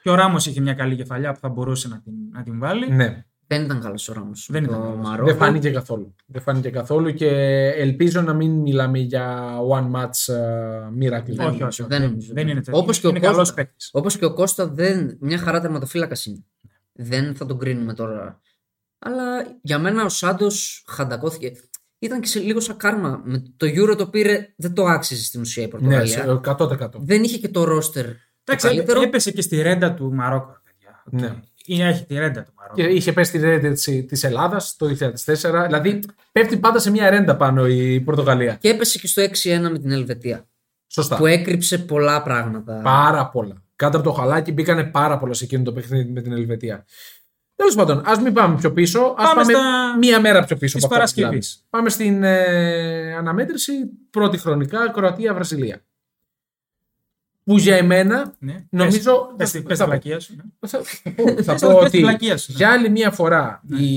Και ο Ράμος είχε μια καλή κεφαλιά που θα μπορούσε να την, να την βάλει.
Ναι,
Δεν ήταν καλός ο Ράμος.
Δεν
Το
ήταν καλός.
Μαρόκο.
δεν φάνηκε καθόλου. Δεν φάνηκε καθόλου και ελπίζω να μην μιλάμε για one match uh, miracle.
Όχι, όχι,
νομίζω,
όχι.
δεν νομίζω.
Δεν είναι τέτοιο.
Όπως και ο
είναι καλό
Κώστα.
παίκτης.
Όπως και ο Κώστα, δεν, μια χαρά τερματοφύλακα είναι. Δεν θα τον κρίνουμε τώρα. Αλλά για μένα ο Σάντος χαντακώθηκε. Ήταν και σε λίγο σαν κάρμα. Με το Euro το πήρε, δεν το άξιζε στην ουσία η
Ναι,
Πορτογαλία.
σε- 100%.
Δεν είχε και το ρόστερ.
Εντάξει,
καλύτερο.
έπεσε και στη ρέντα του Μαρόκο. παιδιά. Οκ.
Ναι.
Είναι, έχει τη ρέντα του Μαρόκο.
Και είχε πέσει τη ρέντα της Ελλάδας το 2004. Δηλαδή πέφτει πάντα σε μια ρέντα πάνω η Πορτογαλία.
Και έπεσε και στο 6-1 με την Ελβετία.
Σωστά.
Που έκρυψε πολλά
Ναι.
πράγματα.
Πάρα πολλά. Κάτω από το χαλάκι μπήκανε πάρα πολλά σε εκείνο το παιχνίδι με την Ελβετία. Τέλος πάντων, ας μην πάμε πιο πίσω. Ας πάμε,
Πάμε στα-
μία μέρα πιο πίσω.
της
από αυτά που
Παρασκευής.
μιλάμε. Πάμε στην ε, αναμέτρηση πρώτη χρονικά Κροατία-Βραζιλία. Που για εμένα
Ναι.
νομίζω.
Πες,
θα-
πες, πες
θα
τα
πω.
πλακεία σου. ναι.
Θα, θα πω- θα
Πες
πω
τα
ότι
πλακεία σου, ναι.
για άλλη μια φορά η,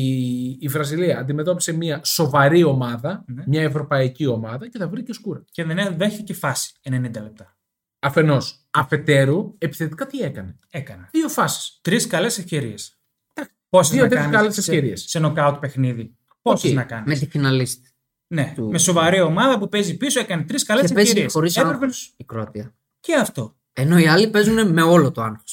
η Βραζιλία αντιμετώπισε μια σοβαρή ομάδα,
Ναι.
μια ευρωπαϊκή ομάδα και θα βρήκε σκούρα.
Και δεν δέχτηκε φάση 90 λεπτά.
Αφενός. Αφετέρου, επιθετικά τι έκανε.
Έκανα.
Δύο φάσεις.
Τρεις καλές ευκαιρίες. Πόσες
δύο
να
τέτοιες
κάνεις
καλές
σε-
ευκαιρίες.
Σε νοκάουτ παιχνίδι. Πόσες
Οκ.
να κάνεις.
Με τη φιναλίστη.
Ναι.
του-
Με σοβαρή ομάδα που παίζει πίσω έκανε τρεις καλές
Και παίζει
ευκαιρίες.
χωρίς
Έπρεπε
άγχος η Κροατία.
και αυτό.
Ενώ οι άλλοι παίζουν με όλο το άγχος.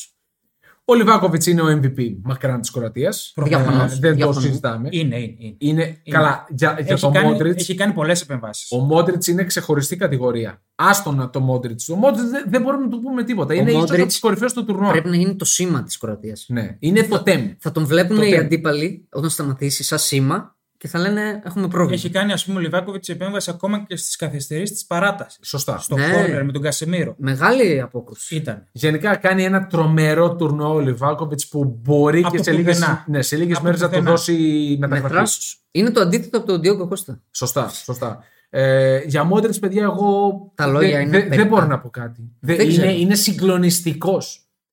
Ο Λιβάκοβιτ είναι ο MVP μακράν της Κροατίας.
Ε,
Προφανώς.
Δεν το
Διαφωνώ.
συζητάμε.
Είναι, είναι. Ε, είναι.
Είναι, καλά. Για, για
έχει,
τον
κάνει,
Μόντριτ,
έχει κάνει πολλές επεμβάσεις.
ο Μόντριτ είναι ξεχωριστή κατηγορία. Άστονα το Μόντριτ. Ο Μόντριτ δεν, δεν μπορούμε να του πούμε τίποτα. είναι ίσως από
Μόντριτς
τι κορυφαίε του τουρνουά.
Πρέπει να γίνει το σήμα της Κροατίας.
Ναι. Είναι το τέμ.
Θα τον βλέπουν
Το
οι
τέλος.
αντίπαλοι όταν σταματήσει σαν σήμα και θα λένε Έχουμε πρόβλημα.
Έχει κάνει, ας πούμε, ο Λιβάκοβιτ επέμβαση ακόμα και στις καθυστερήσεις της παράτασης.
Σωστά.
Στο
Ναι.
κόρνερ με τον Κασεμίρο.
Μεγάλη απόκρουση.
Ήταν.
Γενικά κάνει ένα τρομερό τουρνουά ο Λιβάκοβιτ που μπορεί
Από
και σε λίγες
πουθενά.
ναι, σε λίγες
Από
μέρες να του
πουθενά.
δώσει
Με
μεταγραφή.
θράσος. Είναι το αντίθετο από τον Ντιόγκο Κώστα.
Σωστά. σωστά. Ε, για Μόντριτ, παιδιά, εγώ
Τα λόγια
δεν,
είναι
δεν- δεν
περιτά.
μπορώ να πω κάτι. Δεν-
Δεν
είναι
ξέρω.
είναι συγκλονιστικό.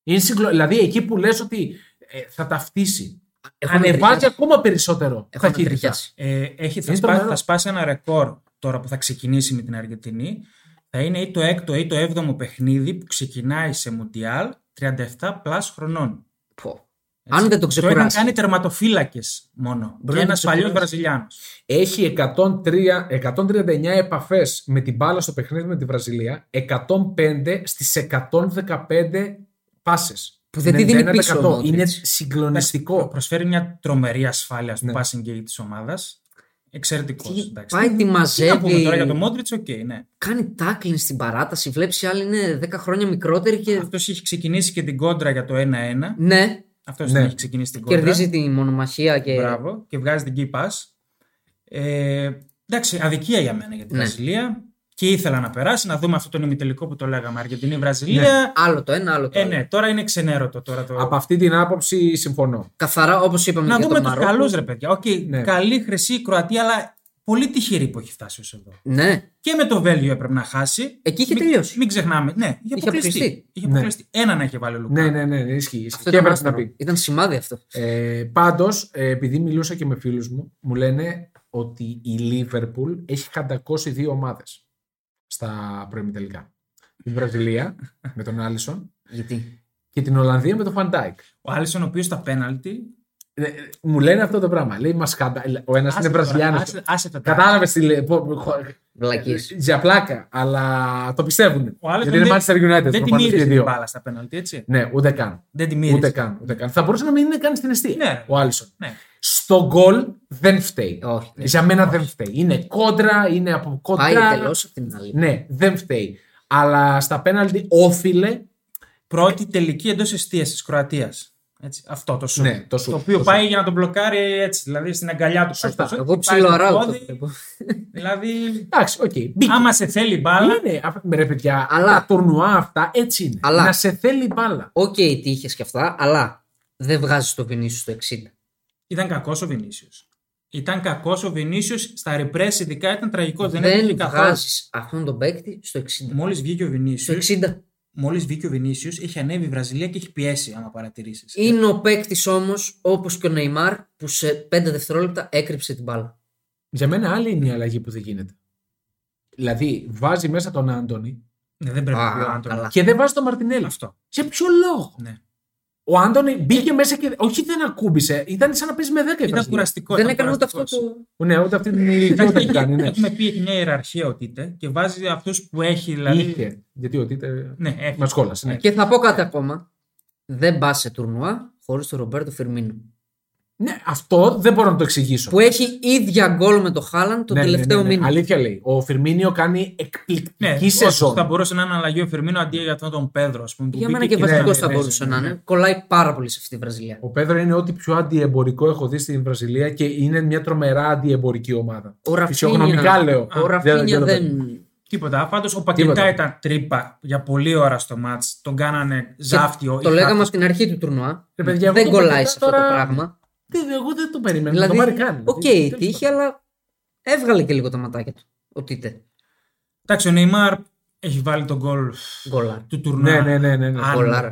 Είναι συγκλο... Δηλαδή εκεί που λες ότι ε, θα ταυτίσει.
Έχω
Ανεβάζει
ανατριχιάσει.
ακόμα περισσότερο
Έχω
τα χέρια.
ανατριχιάσει.
Ε, έχει, θα,
Είναι
σπά,
τρομερό.
θα σπάσει ένα ρεκόρ τώρα που θα ξεκινήσει με την Αργεντινή. Θα είναι ή το έκτο ή το έβδομο παιχνίδι που ξεκινάει σε Μουντιάλ 37 πλάς χρονών.
Πω.
Έτσι.
Αν δεν το
Το είχαν
ξεκουράσει.
κάνει τερματοφύλακες μόνο.
Μπορεί
και
να το
ένα παλιό
ξεκουράσει.
Βραζιλιάνος.
Έχει 103, 139 επαφές με την μπάλα στο παιχνίδι με τη Βραζιλία, 105 στι 115 πάσες.
Που
Ναι,
δεν τη δίνει πίσω ο Μόντριτς.
Είναι συγκλονιστικό.
Προσφέρει μια τρομερή ασφάλεια στο
Ναι.
passing game της ομάδας. Εξαιρετικός.
Τι- Πάει, τη
Να πούμε τώρα για τον
μαζεύει.
Μόντριτ, οκ, ναι.
Κάνει τάκλιν στην παράταση. Βλέπεις άλλη είναι 10 χρόνια μικρότερη και.
Αυτός έχει ξεκινήσει και την κόντρα για το 1-1.
Ναι,
Αυτός
Ναι.
δεν έχει ξεκινήσει την κόντρα.
κερδίζει τη μονομαχία
Ε,
και.
Μπράβο. Και βγάζει την key pass. Ε, εντάξει, αδικία για μένα για την
Ναι.
Βραζιλία. Και ήθελα να περάσει, να δούμε αυτό τον ημιτελικό που το λέγαμε. Αργεντινή-Βραζιλία.
Ναι.
Άλλο το ένα, άλλο το
Ε,
άλλο.
ναι, τώρα είναι ξενέρωτο τώρα
Ναι.
το.
Από αυτή την άποψη συμφωνώ.
Καθαρά όπως είπαμε
Να
για
δούμε
τον
τους
Μαρόκο.
καλούς, ρε παιδιά. Οκ,
Ναι.
Καλή χρυσή η Κροατία, αλλά πολύ τυχερή που έχει φτάσει ως εδώ.
Ναι,
Και με το Βέλγιο έπρεπε να χάσει.
Ε,
εκεί είχε
Μην-
τελειώσει.
Μην ξεχνάμε. Ναι, είχε αποκλειστεί.
αποκλειστεί.
Είχε
Ναι.
αποκλειστεί. Έναν έχει βάλει ο Λουκά.
Ναι, ναι, ναι, ναι ισχύει. ισχύει.
Αυτό
Και
ήταν,
έπρεπε να
άσπρο.
πει.
ήταν σημάδι αυτό.
Ε, Πάντως, επειδή μιλούσα και με φίλους μου, μου λένε ότι η Λίβερπουλ έχει κατακώσει δύο ομάδες στα προημιτελικά. Την Βραζιλία με τον Άλισον
Γιατί.
Ε,
και την Ολλανδία με τον Φαντάικ.
Ο Άλισον, ο οποίος στα πέναλτι.
ε, Μου λένε αυτό το πράγμα. Λέει, μας χαντα... ε, Ο ένας
Άσε
είναι
τα τώρα,
Βραζιλιάνος.
άσε- Άσε τα τώρα.
Κατάλαβες τι λέει. πω- πω- χω-
ε,
Βλακής.
Για πλάκα, αλλά το πιστεύουν.
Ο Άλισον
Γιατί είναι Manchester United.
δεν τη
προφανώς, και
μύριζε
οι
την
δύο.
μπάλα στα πέναλτι, έτσι.
Ναι, ούτε καν.
Δεν τη
Ούτε
μύριζε.
καν, ούτε καν. Θα μπορούσε να μην είναι καν στην αιστεία
Ναι.
ο Άλισον.
Ναι.
Στο γκολ δεν φταίει.
Όχι, ναι.
Για μένα δεν φταίει. Είναι κόντρα, είναι από
Πάει
κόντρα.
εντελώ από την άλλη.
Ναι, δεν φταίει. Αλλά στα πέναλτι όφιλε.
Πρώτη τελική εντός αιστεία της Κροατίας. Αυτό το σου.
Ναι, το σουτ,
οποίο
το
πάει για να τον μπλοκάρει έτσι, δηλαδή στην αγκαλιά του.
Σωστά.
πάει το σουτ,
Εγώ
πάει στο
ψιλοαράω το
πόδι,
βλέπω.
Δηλαδή
Εντάξει, οκ. μπήκε.
Άμα σε θέλει η μπάλα.
Είναι, α, ρε παιδιά,
Αλλά-
τα τουρνουά αυτά έτσι είναι.
Αλλά-
Να σε θέλει μπάλα.
Οκ, τι είχες και αυτά, αλλά δεν βγάζεις το Βινίσιο στο 60.
Ήταν κακός ο Βινίσιος. Ήταν κακός ο Βινίσιος στα repress, ειδικά ήταν τραγικό. Δεν,
δεν
δεν καθόλου. Ε,
βγάζεις αυτόν τον παίκτη στο 60.
Μόλις βγήκε ο
Στο
Βινίσιο,
60.
μόλις βγήκε ο Βινίσιος, έχει ανέβει η Βραζιλία και έχει πιέσει, άμα παρατηρήσεις.
Είναι ο παίκτης όμως, όπως και ο Νεϊμάρ, που σε 5 δευτερόλεπτα έκρυψε την μπάλα.
Για μένα άλλη είναι η αλλαγή που δεν γίνεται. Δηλαδή, βάζει μέσα τον Άντωνη
Ναι, δεν πρέπει
Α,
να πει ο Άντωνη.
καλά.
και δεν βάζει τον Μαρτινέλη.
Αυτό.
Για ποιο λόγο.
Ναι.
Ο Άντωνη μπήκε μέσα και. Όχι, δεν ακούμπησε. Ήταν σαν να παίζει με 10 η
Ήταν
Βραζιλία.
κουραστικό.
δεν
ήταν
έκανε ούτε αυτό
κουραστικός.
το.
Ναι, ούτε αυτή την ηλικία ούτε την κάνει.
Έχει-
Ναι.
Έχουμε πει έχει μια ιεραρχία ο Τίτε και βάζει αυτούς που έχει. Δηλαδή...
Είχε. Γιατί ο Τίτε.
Ναι, έχει.
Μας κόλασε. Ναι.
Και θα πω κάτι ακόμα. Δεν πας σε τουρνουά χωρίς τον Ρομπέρτο Φιρμίνο.
ναι, αυτό δεν μπορώ να το εξηγήσω.
Που έχει ίδια γκολ με το Χάλαν το
Ναι, ναι, ναι,
τελευταίο
ναι, ναι.
μήνα.
Αλήθεια λέει. Ο Φιρμίνιο κάνει
Ναι,
εκπληκτική
όντως,
σεζόν.
θα μπορούσε να είναι αλλαγή ο Φερμίνο αντί για αυτόν τον Πέδρο. Ας πούμε, που
Για
μπήκε
μένα και
και ήταν
βασικό
ναι,
θα
ναι,
μπορούσε
ναι,
να
ναι.
είναι. Κολλάει πάρα πολύ σε αυτή τη Βραζιλία.
Ο Πέδρο είναι ό,τι πιο αντιεμπορικό έχω δει στην Βραζιλία και είναι μια τρομερά αντιεμπορική ομάδα.
Ο Ραφίνια-
Φυσιογνωμικά λέω.
Ο Ραφίνια
το
δεν.
Τίποτα. Πάντως ο Πακετά
Τίποτα.
ήταν τρύπα για πολλή ώρα στο μάτ. Τον κάνανε ζάφτιο.
Το λέγαμε από την αρχή του τουρνουά.
Ρε Ε, παιδιά,
δεν
εγώ το
κολλάει
μετά
σε αυτό το
τώρα-
πράγμα.
Δεν- Εγώ δεν το περίμενα.
Δηλαδή,
το πάρει καν.
οκ,
Δηλαδή, τέλος
τύχη,
πάντων.
αλλά έβγαλε και λίγο τα ματάκια του. Ο Τίτε.
Εντάξει, ο Νεϊμάρ έχει βάλει τον γκολ
Γκολάρ.
του
Ναι,
τουρνουά.
ναι, ναι. ναι, ναι.
Α,
Γκολάρ.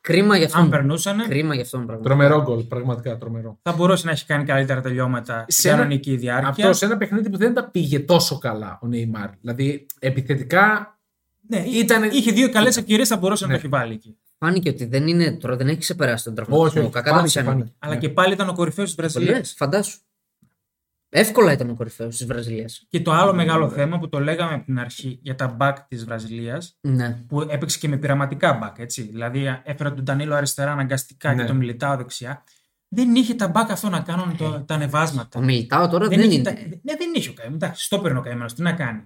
Κρίμα για
Αν
αυτόν.
περνούσαν,
Κρίμα για αυτόν πράγμα.
Τρομερό γκολ, πραγματικά τρομερό.
θα μπορούσε να έχει κάνει καλύτερα τελειώματα
Σε
στην
ένα-
κανονική διάρκεια.
Αυτό σε ένα παιχνίδι που δεν τα πήγε τόσο καλά ο Νεϊμάρ. Δηλαδή, επιθετικά
Ναι,
ήταν.
είχε δύο καλές ευκαιρίες, θα μπορούσε να
Ναι.
το έχει βάλει εκεί.
Φάνηκε ότι δεν είναι τώρα, δεν έχει ξεπεράσει τον
Όχι,
τραυματισμό.
όχι,
Κακά τα
φάνηκε,
ψέματα.
φάνηκε.
Αλλά
Ναι.
και πάλι ήταν ο κορυφαίος της Βραζιλίας.
Πολλές, φαντάσου. Εύκολα ήταν ο κορυφαίος της Βραζιλίας.
Και το άλλο μεγάλο θέμα που το λέγαμε από την αρχή για τα μπακ της Βραζιλίας,
Ναι.
που έπαιξε και με πειραματικά μπακ. Έτσι. Δηλαδή έφερε τον Ντανίλο αριστερά αναγκαστικά
Ναι.
και τον Μιλιτάο δεξιά. Δεν είχε τα μπακ αυτό να κάνουν το, τα ανεβάσματα.
Ο
Ναι.
Μιλιτάο τώρα δεν,
είχε
είναι.
τα- ναι, δεν είχε ο Καημένος. Εντάξει, το παίρνει ο Καημένος. Τι να κάνει.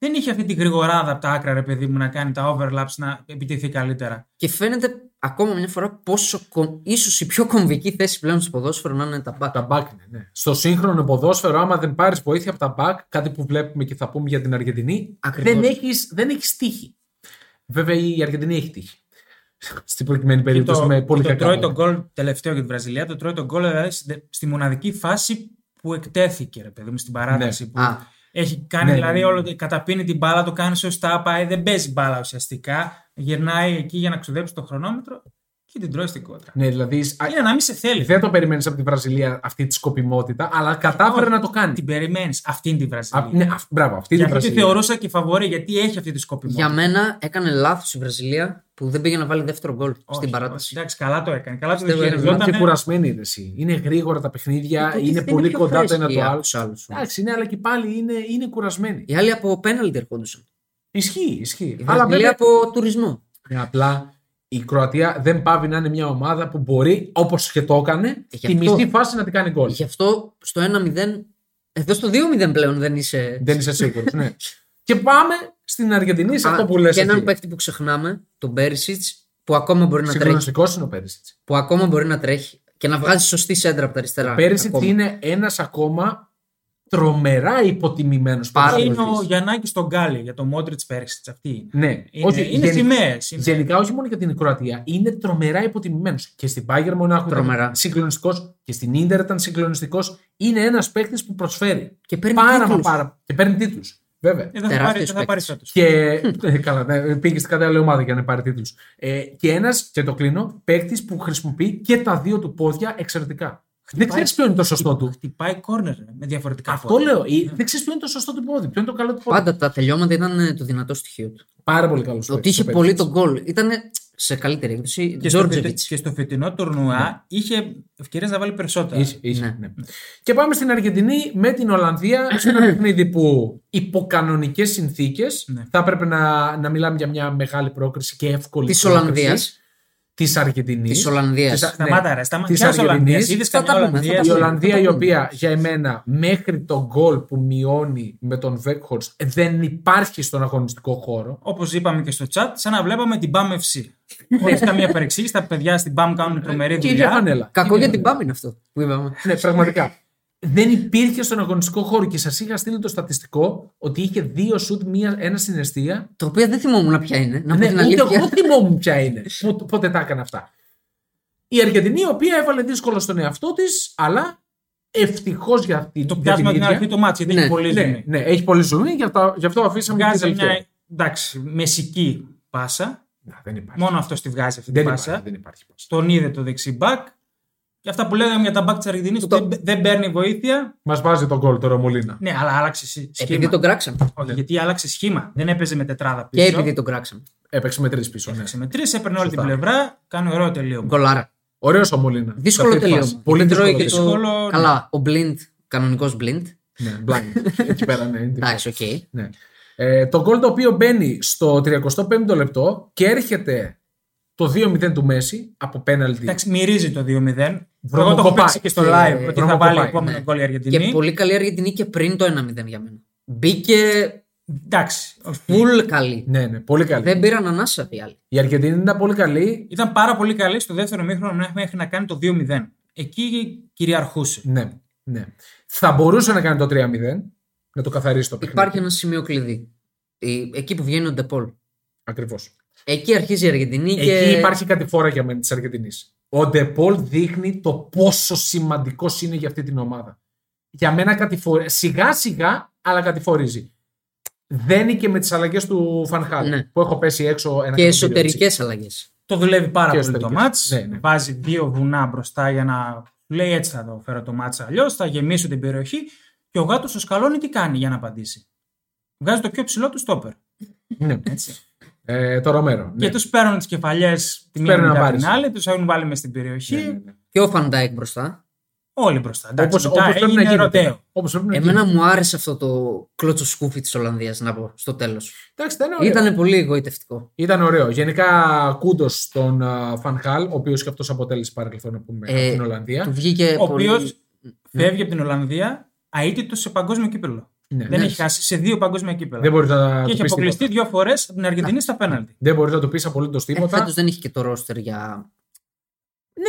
Δεν είχε αυτή τη γρηγοράδα από τα άκρα, ρε παιδί μου, να κάνει τα overlaps να επιτεθεί καλύτερα.
Και φαίνεται ακόμα μια φορά πόσο κομ... ίσως η πιο κομβική θέση πλέον στο ποδόσφαιρο να είναι τα μπακ.
Τα μπακ είναι, ναι. Στο σύγχρονο ποδόσφαιρο, άμα δεν πάρεις βοήθεια από τα μπακ, κάτι που βλέπουμε και θα πούμε για την Αργεντινή,
Ακριβώς.
δεν έχεις δεν έχεις τύχη. Βέβαια η Αργεντινή έχει τύχη. Στην προκειμένη
Και
περίπτωση
το,
με πολύ
και το
κακά.
τρώει
μάτια.
τον γκολ τελευταίο για τη Βραζιλία. Το τρώει τον γκολ δηλαδή, στη- στη μοναδική φάση που εκτέθηκε, ρε παιδί μου, στην παράταση. Που
Α,
Έχει κάνει
Ναι,
δηλαδή
ναι, ναι.
όλο, καταπίνει την μπάλα, το κάνει σωστά, πάει, δεν παίζει μπάλα ουσιαστικά. Γυρνάει εκεί για να ξοδέψει το χρονόμετρο και την τρώει στην κότρα.
Ναι, δηλαδή σ- α,
Είναι να μην σε θέλει.
δεν το περιμένεις από τη Βραζιλία αυτή τη σκοπιμότητα, αλλά κατάφερε
Όχι,
να το κάνει.
Την περιμένεις. Αυτήν τη Βραζιλία.
Α, ναι, αυ- μπράβο, αυτή
Και
είναι η
αυτή τη
Βραζιλία.
θεωρούσα και φαβορή γιατί έχει αυτή τη σκοπιμότητα.
για μένα έκανε λάθος η Βραζιλία που δεν πήγε να βάλει δεύτερο γκολ
Όχι,
στην
όχι,
παράταση.
εντάξει, καλά το έκανε. Καλά το
Πιστεύω, ρε,
Είναι Δηλαδή,
διαχειριζόταν.
και κουρασμένη είναι εσύ. Είναι γρήγορα τα παιχνίδια,
τότε
είναι
δεν
πολύ
πιο
κοντά το
φρέσκη
ένα το
από
άλλο.
τους άλλους.
Εντάξει, ναι, αλλά και πάλι είναι, είναι κουρασμένη.
Οι άλλοι από πέναλτι ερχόντουσαν.
Ισχύει, ισχύει.
Η
Αλλά
Βραζιλία
βέβαια.
από τουρισμό.
Ναι, απλά η Κροατία δεν πάβει να είναι μια ομάδα που μπορεί, όπως και το έκανε,
Ε, Γι'
τη
αυτό-
μισή φάση να την κάνει γκολ.
Γι' αυτό στο 1-0. Εδώ στο 2-0 πλέον δεν είσαι.
Δεν είσαι σίγουρος. ναι. Και πάμε στην Αργεντινή σε
Α,
αυτό που λες.
Και έναν παίκτη που ξεχνάμε, τον Πέρισιτ, που ακόμα μπορεί να τρέχει.
Συγκλονιστικό είναι ο Πέρισιτ.
που ακόμα μπορεί να τρέχει και να βγάζει σωστή σέντρα από τα αριστερά.
Πέρισιτ
Ακόμα.
είναι ένας ακόμα τρομερά υποτιμημένος
Πάρα
παίκτης.
Είναι ο Γιαννάκη στον Γκάλι για το Μόντριτ πέρσι. Αυτή είναι.
Ναι,
Είναι,
όχι,
είναι
γενι-
θυμές, είναι.
Γενικά, όχι μόνο για την Κροατία, είναι τρομερά υποτιμημένος. Και στην Bayern Μονάχου
Τρομερά.
ήταν συγκλονιστικός και στην ντερ ήταν συγκλονιστικός. Είναι ένας παίκτης που προσφέρει.
Και παίρνει
πάρα,
τίτλους.
μα πάρα. Και παίρνει τίτλους. Βέβαια.
Ε, δεν θα
Τεράστιος
πάρει, δεν θα
παίκτης.
πάρει φέτος.
Και. ε, καλά, ναι, πήγε στην κατάλληλη ομάδα για να πάρει τίτλους. Ε, και ένας, και το κλείνω, παίκτης που χρησιμοποιεί και τα δύο του πόδια εξαιρετικά. Δεν ξέρεις ποιο είναι το σωστό του.
Χτυπάει corner ρε, με διαφορετικά
Αυτό λέω. ε, Δεν ξέρεις ποιο είναι το σωστό του πόδι, ποιο είναι το καλό του πόδι.
Πάντα τα τελειώματα ήταν ε, το δυνατό στοιχείο του.
Πάρα πολύ καλό.
Ότι είχε πολύ τον γκολ. Ήταν σε καλύτερη έκδοση.
Και στο, φετινό,
Τζόρτζεβιτ.
και στο φετινό τουρνουά είχε ευκαιρίες να βάλει περισσότερα.
Είσαι, είσαι,
Ναι.
ναι. Και πάμε στην Αργεντινή με την Ολλανδία σε ένα παιχνίδι που υπό κανονικές συνθήκες
Ναι.
θα έπρεπε να, να μιλάμε για μια μεγάλη πρόκριση και εύκολη
Της Ολλανδίας.
Της Αργεντινής.
Της Ολλανδίας.
ναι.
Σταμάτα, ρε. Σταμάτα.
Της
Ποια Ολλανδία.
Αργεντινής.
Είδε
Θα τα
καμιά
πούμε, θα
Η
τα πούμε.
Ολλανδία.
Ολλανδία,
Θα
η
το
οποία
πούμε.
για εμένα μέχρι τον γκολ που μειώνει με τον Βέκχορτ δεν υπάρχει στον αγωνιστικό χώρο.
Όπως είπαμε και στο chat, σαν να βλέπαμε την BAM FC. Χωρί καμία παρεξήγηση, τα παιδιά στην BAM κάνουν τρομερή
Και για
δουλειά.
φανέλα.
Κακό για την Μπάμ είναι αυτό που είπαμε.
Ναι, πραγματικά. Δεν υπήρχε στον αγωνιστικό χώρο και σας είχα στείλει το στατιστικό ότι είχε δύο σουτ, μία, ένα συναιστία.
Το οποίο δεν θυμόμουν ποια είναι. Να πω την
Ναι, ούτε εγώ
αλήθεια.
θυμόμουν ποια είναι. Πο- Πότε τα έκανε αυτά. Η Αργεντινή, η οποία έβαλε δύσκολο στον εαυτό της, αλλά ευτυχώς για αυτή
Το
για
πιάσουμε την
ίδια.
αρχή του μάτια, γιατί
Ναι,
έχει πολύ
Ναι,
ζημί.
ναι, έχει πολύ ζουμί, γι' αυτό, γι αυτό αφήσαμε και την
Βγάζει
τελευταία.
μια εντάξει, μεσική πάσα.
Να, δεν υπάρχει.
Μόνο αυτό τη βγάζει αυτή
δεν,
την
υπάρχει,
πάσα.
δεν υπάρχει.
Τον είδε το δεξί μπακ. Και αυτά που λέγαμε για τα μπακ της Αργεντινής,
Το-
δεν, δεν παίρνει βοήθεια.
Μας βάζει τον κόλ τώρα ο Μολίνα.
Ναι, αλλά άλλαξε σι-
Ε, Επειδή
σχήμα.
τον κράξαμε.
Όχι, γιατί άλλαξε σχήμα. Δεν έπαιζε με τετράδα
Και
πίσω.
επειδή τον κράξαμε.
Έπαιξε με τρεις πίσω. Ναι.
Έπαιξε με τρεις, έπαιρνε όλη την
Σωστά.
πλευρά. Κάνει ωραίο τελείωμα.
Γκολάρα.
Ωραίος ο Μολίνα.
Δύσκολο
Σε αυτή τη
τελείωμα.
φάση. Πολύ
Γιατί τρώει
δύσκολο.
και
τελείωμα.
το-
Δύσκολο, ναι.
Καλά, ο Μπλιντ, κανονικό Μπλιnd.
Ναι, blind. Εκεί πέρα, ναι. είναι τίποτα.
Εντάξει, οκ.
Ναι. Ε, το γκολ το οποίο μπαίνει στο 35ο λεπτό και έρχεται το 2-0 του Μέση από πέναλτι.
Εντάξει, μυρίζει το 2-0. Εγώ το έχω
Βρωμοκοπάει.
παίξει και στο
Ε,
live ότι θα
βρωμοκοπάει,
βάλει επόμενο
ναι.
γκολ η
Και
Αργεντινή.
πολύ καλή Αργεντινή και πριν το 1-0 για μένα. Μπήκε
Εντάξει. όχι.
full καλή.
Ναι, ναι, πολύ καλή.
Δεν πήραν ανάσα οι άλλοι.
Η Αργεντινή ήταν πολύ καλή.
Ήταν πάρα πολύ καλή στο δεύτερο μήχρονο μέχρι να κάνει το 2-0. Εκεί κυριαρχούσε.
Ναι, ναι. Θα μπορούσε να κάνει το 3-0, να το καθαρίσει το παιχνίδι.
Υπάρχει ένα σημείο κλειδί. Η- Εκεί που βγαίνει ο Ντεπόλ.
Ακριβώς.
Εκεί αρχίζει η Αργεντινή και.
Εκεί υπάρχει κάτι φόρα για μένα της Αργεντινής. Ο Ντεπόλ δείχνει το πόσο σημαντικός είναι για αυτή την ομάδα. Για μένα κατηφορεί. Σιγά σιγά, αλλά κατηφορίζει. Δένει και με τις αλλαγές του Φανχάλ.
Ναι.
Που έχω πέσει έξω ένα
και
εκατομμύριο, έτσι.
εσωτερικέ αλλαγές.
Το δουλεύει πάρα
Και
πολύ το
εσωτερικές.
μάτς.
Ναι, ναι.
Βάζει δύο βουνά μπροστά για να λέει έτσι θα το φέρω το μάτς αλλιώς, θα γεμίσω την περιοχή και ο γάτος ο σκαλώνει τι κάνει για να απαντήσει. Βγάζει το πιο ψηλό του στόπερ.
Ναι.
Έτσι.
Ε, το Ρομέρο. Ναι.
Και τους παίρνουν τις κεφαλιές τη μία
Παίρνουν να
μετά την
πάρεις.
άλλη, τους έχουν βάλει μες στην περιοχή.
Ναι, ναι, ναι.
Και ο Φαντάικ μπροστά.
Όλοι μπροστά.
Όπω
Εντάξει, μετά
πρέπει να
έγινε
γίνεται. ναι.
ερωτέο.
Όπως πρέπει να
Εμένα
γίνεται.
μου άρεσε αυτό το κλότσο σκούφι της Ολλανδίας, να πω, στο τέλος.
Εντάξει, ήταν ωραίο.
Ήταν πολύ εγωιτευτικό.
Ήταν ωραίο. Γενικά, κούντος στον α, Φανχάλ, ο οποίος και αυτός αποτέλεσε παρελθόν να πούμε,
Ε,
από την Ολλανδία.
Του βγήκε.
Ε,
Ο οποίος
πολύ... Ε,
φεύγει από την Ολλανδία αίτητος σε παγκόσμιο κύπελο.
Ναι.
Δεν
Ναι.
έχει χάσει σε δύο παγκόσμια κύπελα.
Δεν μπορείς να
και
του
έχει
πεις
αποκλειστεί
τίποτα.
δύο φορές από την Αργεντινή στα πέναλτι.
Δεν μπορείς να του πεις απολύτως
Ε,
τίποτα.
φέτος δεν είχε και το ρόστερ για.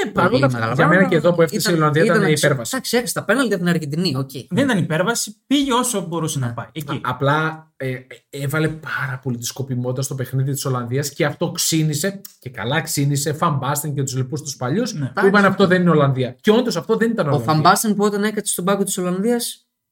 Ναι,
πολύ
παρόλα αυτά.
μεγάλα
Για μένα
πράγματα.
και εδώ που έφτασε η Ολλανδία ήταν η υπέρβαση.
Εντάξει, έχασε τα πέναλτι από την Αργεντινή. οκ.
Δεν ήταν υπέρβαση, πήγε όσο μπορούσε να πάει. Εκεί.
Απλά ε, ε, έβαλε πάρα πολύ τη σκοπιμότητα στο παιχνίδι της Ολλανδίας και αυτό ξύνησε και καλά ξύνησε Φαμπάστεν και τους λοιπούς τους παλιούς
Ναι.
που είπαν αυτό δεν είναι Ολλανδία. Και όντως αυτό δεν ήταν
Ο
Ολλανδία.
Φαμπάστεν που όταν έκατσε στον πάγκο της Ολλανδίας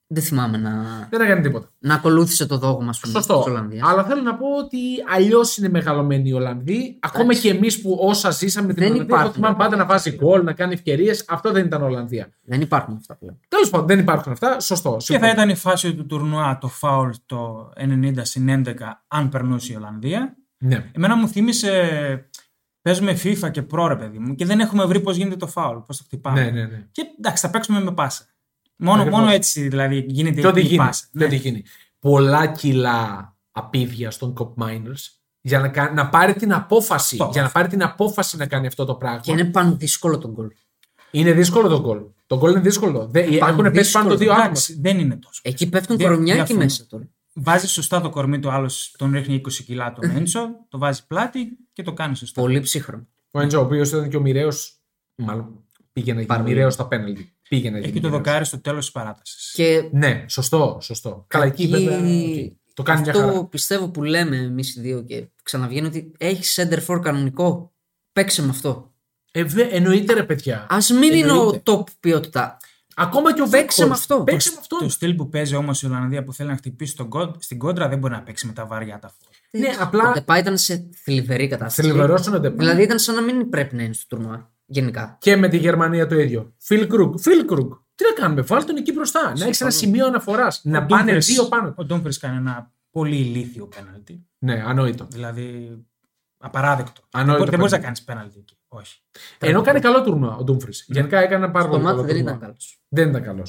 δεν θυμάμαι να,
Δεν έκανε τίποτα.
να ακολούθησε το δόγμα ας πούμε,
Σωστό.
της Ολλανδίας.
Αλλά θέλω να πω ότι αλλιώς είναι μεγαλωμένοι οι Ολλανδοί. Ακόμα και εμείς που όσα ζήσαμε την
Δεν
Ολλανδία, το
υπάρχουν.
θυμάμαι πάντα να βάζει γκολ, να κάνει ευκαιρίες. Αυτό δεν ήταν Ολλανδία.
Δεν υπάρχουν αυτά πλέον.
Τέλος πάντων, δεν υπάρχουν αυτά. Σωστό.
Και θα
συμφωνώ.
ήταν η φάση του τουρνουά το φάουλ το 90 συν 11 αν περνούσε η Ολλανδία.
Ναι.
Εμένα μου θύμισε παίζουμε FIFA και προ, ρε παιδί μου, και δεν έχουμε βρει πώς γίνεται το φάουλ, πώς το χτυπάμε.
Ναι, ναι, ναι.
Και εντάξει, θα παίξουμε με πάσα. Μόνο,
Ακριβώς.
μόνο έτσι δηλαδή γίνεται
Και ό,τι
η
γίνει.
πάσα.
και
Ναι.
ό,τι γίνει. Πολλά κιλά απίδια στον Cop Miners για να, κα- να πάρει την απόφαση.
Το.
Για να πάρει την απόφαση να κάνει αυτό το πράγμα.
Και είναι πάνω δύσκολο τον κολ.
Είναι δύσκολο το γκολ. Το γκολ είναι δύσκολο. Δεν,
Πάνω
έχουν πέσει
δύσκολο.
πάνω το δύο άτομα.
Εντάξει, δεν είναι τόσο.
Εκεί πέφτουν
Δια-
κορμιάκι
διαφωνώ.
μέσα τώρα.
Βάζεις σωστά το κορμί του, άλλος τον ρίχνει 20 κιλά
Ε.
τον έντσο, το βάζεις πλάτη και το κάνεις σωστά.
Πολύ ψύχρονο.
Ο Έντζο, ο οποίος ήταν και ο μοιραίος. Μάλλον πήγε να γίνει
Πάρα πολύ.
μοιραίος στα πέναλτι. Πήγε να γίνει.
Έχει το
μοιραίος.
δοκάρι στο τέλος της παράτασης.
Και
Ναι, σωστό, σωστό. Καλά, εκεί βέβαια. οκ. Το κάνει μια
αυτό
χαρά.
πιστεύω που λέμε εμείς οι δύο και ξαναβγαίνει ότι έχει center for κανονικό. Παίξε με αυτό.
Ε, βε- εννοείται ρε παιδιά.
Ας μην είναι ο
Εννοείται.
top ποιότητα.
Ακόμα και ο
Παίξε με
Βέκχολτ.
αυτό.
Παίξε με αυτό.
Το στυλ που παίζει όμως η Ολλανδία που θέλει να χτυπήσει τον κον- στην κόντρα δεν μπορεί να παίξει με τα βαριά τα φόρμα.
Ναι,
Ο
απλά.
Ντεπά ήταν σε θλιβερή κατάσταση.
Θλιβερός είναι ο Ντεπά.
Δηλαδή ήταν σαν να μην πρέπει να είναι στο τουρνουά. Γενικά.
Και με τη Γερμανία το ίδιο. Φιλ Κρουγκ. Φιλ Κρουγκ. Τι να κάνουμε, βάλ τον εκεί μπροστά. Να έχει ένα σημείο αναφοράς. Να πάνε δύο πάνω.
Ο Ντόμφρι κάνει ένα πολύ ηλίθιο πέναλτι.
Ναι, ανόητο.
Δηλαδή απαράδεκτο.
Ανόητο
δεν δεν μπορεί να
πέναλτι.
κάνεις πέναλτι εκεί. Όχι.
Ενώ κάνει καλό τουρνουά ο Ντούμφρις. Γενικά έκανε ένα πάρα
Το
πολύ καλό
μάτι δεν
τουρνουά.
ήταν καλός.
Δεν ήταν καλός.